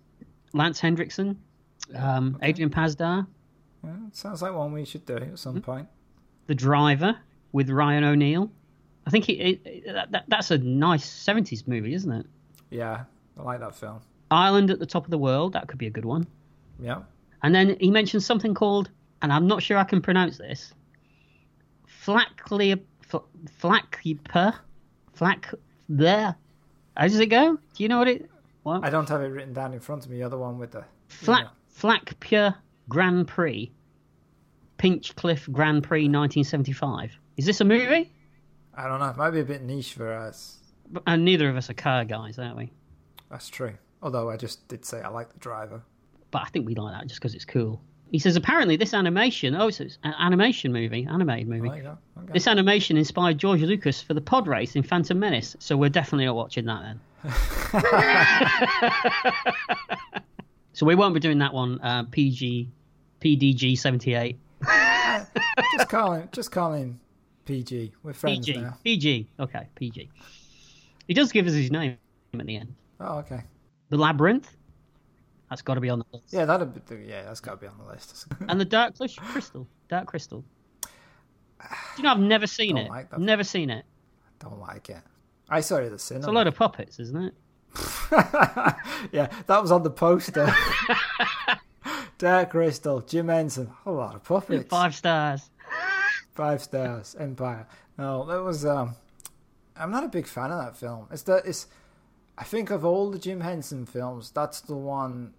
[SPEAKER 2] Lance Hendrickson, um, Adrian Pazdar,
[SPEAKER 1] Yeah, sounds like one we should do at
[SPEAKER 2] Hmm?
[SPEAKER 1] some point.
[SPEAKER 2] The Driver with Ryan O'Neill. I think he, it, it- that, that, that's a nice seventies movie, isn't it?
[SPEAKER 1] Yeah, I like that film.
[SPEAKER 2] Island at the Top of the World. That could be a good one.
[SPEAKER 1] Yeah.
[SPEAKER 2] And then he mentioned something called, and I'm not sure I can pronounce this, Flackleap, Flackleaper, Flack, there. How does it go? Do you know what it, what?
[SPEAKER 1] I don't have it written down in front of me. You're the one with the
[SPEAKER 2] Flack, Flackpure Grand Prix, Pinchcliffe Grand Prix 1975. Is this a movie?
[SPEAKER 1] I don't know. It might be a bit niche for us.
[SPEAKER 2] B- And neither of us are car guys, aren't we?
[SPEAKER 1] That's true. Although I just did say I like the driver.
[SPEAKER 2] But I think we like that just because it's cool. He says apparently this animation, oh, so it's an animation movie, animated movie.
[SPEAKER 1] There you go. Okay.
[SPEAKER 2] This animation inspired George Lucas for the pod race in Phantom Menace, so we're definitely not watching that then. so we won't be doing that one, uh, PG, PDG 78.
[SPEAKER 1] just call him. Just call him PG. We're friends
[SPEAKER 2] PG.
[SPEAKER 1] now.
[SPEAKER 2] PG. Okay, PG. He does give us his name at the end.
[SPEAKER 1] Oh, okay.
[SPEAKER 2] The Labyrinth. That's got to be on the list.
[SPEAKER 1] Yeah, that'd be. Yeah, that's got to be on the list.
[SPEAKER 2] And the Dark Clis- Crystal. Dark Crystal. Do you know, I've never seen
[SPEAKER 1] Don't
[SPEAKER 2] it.
[SPEAKER 1] like that.
[SPEAKER 2] never seen it.
[SPEAKER 1] don't like it. I saw it at the cinema.
[SPEAKER 2] It's a load of puppets, isn't it?
[SPEAKER 1] yeah, that was on the poster. Dark Crystal, Jim Henson, a lot of puppets.
[SPEAKER 2] Five stars.
[SPEAKER 1] Five stars, Empire. No, that was. Um, I'm not a big fan of that film. It's that it's. I think of all the Jim Henson films, that's the one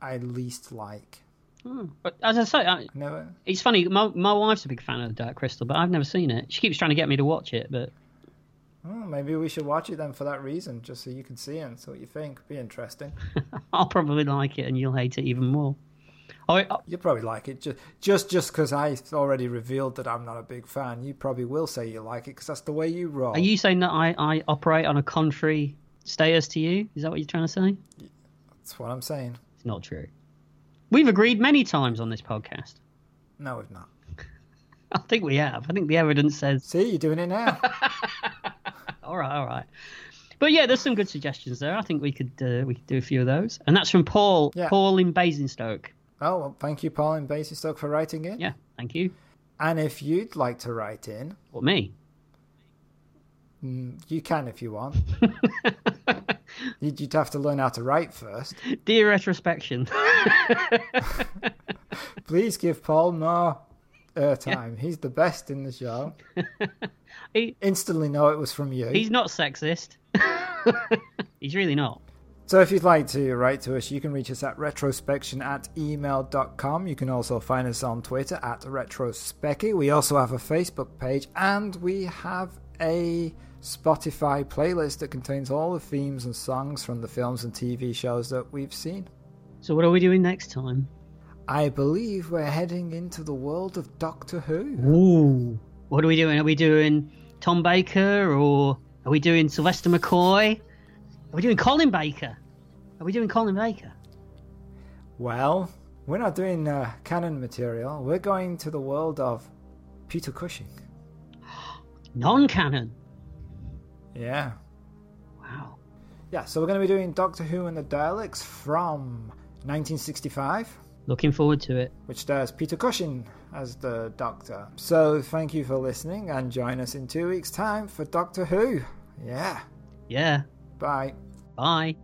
[SPEAKER 1] I least like.
[SPEAKER 2] Hmm. But as I say, I,
[SPEAKER 1] Never.
[SPEAKER 2] it's funny. My, my wife's a big fan of the Dark Crystal, but I've never seen it. She keeps trying to get me to watch it, but
[SPEAKER 1] Oh, maybe we should watch it then for that reason, just so you can see it and see what you think. Be interesting.
[SPEAKER 2] I'll probably like it, and you'll hate it even more. Oh, oh,
[SPEAKER 1] You'll probably like it just just just because I already revealed that I'm not a big fan. You probably will say you like it because that's the way you roll.
[SPEAKER 2] are you saying that I, I operate on a contrary status to you? Is that what you're trying to say?
[SPEAKER 1] That's what I'm saying.
[SPEAKER 2] It's not true. We've agreed many times on this podcast.
[SPEAKER 1] No, we've not.
[SPEAKER 2] I think we have. I think the evidence says
[SPEAKER 1] See, you're doing it now.
[SPEAKER 2] All right, all right. But yeah, there's some good suggestions there. I think we could uh, we could do a few of those. And that's from Paul
[SPEAKER 1] Yeah.
[SPEAKER 2] Paul in Basingstoke.
[SPEAKER 1] oh, well, thank you, Paul and Basingstoke, for writing in.
[SPEAKER 2] Yeah, thank you.
[SPEAKER 1] And if you'd like to write in,
[SPEAKER 2] Or me.
[SPEAKER 1] mm, you can if you want. you'd, you'd have to learn how to write first.
[SPEAKER 2] Dear retrospection.
[SPEAKER 1] Please give Paul more uh, time. He's the best in the show.
[SPEAKER 2] He-
[SPEAKER 1] Instantly know it was from you.
[SPEAKER 2] He's not sexist. He's really not.
[SPEAKER 1] So if you'd like to write to us, you can reach us at retrospection at email.com. You can also find us on Twitter at retrospecky. We also have a Facebook page and we have a Spotify playlist that contains all the themes and songs from the films and TV shows that we've seen.
[SPEAKER 2] So what are we doing next time?
[SPEAKER 1] I believe we're heading into the world of Doctor Who.
[SPEAKER 2] Ooh. What are we doing? Are we doing Tom Baker or are we doing Sylvester McCoy? Are we doing Colin Baker? Are we doing Colin Baker?
[SPEAKER 1] Well, we're not doing uh, canon material. We're going to the world of Peter Cushing.
[SPEAKER 2] Non canon.
[SPEAKER 1] Yeah.
[SPEAKER 2] Wow.
[SPEAKER 1] Yeah, so we're going to be doing Doctor Who and the Daleks from 1965,
[SPEAKER 2] Looking forward to it.
[SPEAKER 1] which stars Peter Cushing as the Doctor. So thank you for listening and join us in two weeks' time for Doctor Who. Yeah,
[SPEAKER 2] Yeah.
[SPEAKER 1] bye.
[SPEAKER 2] Bye.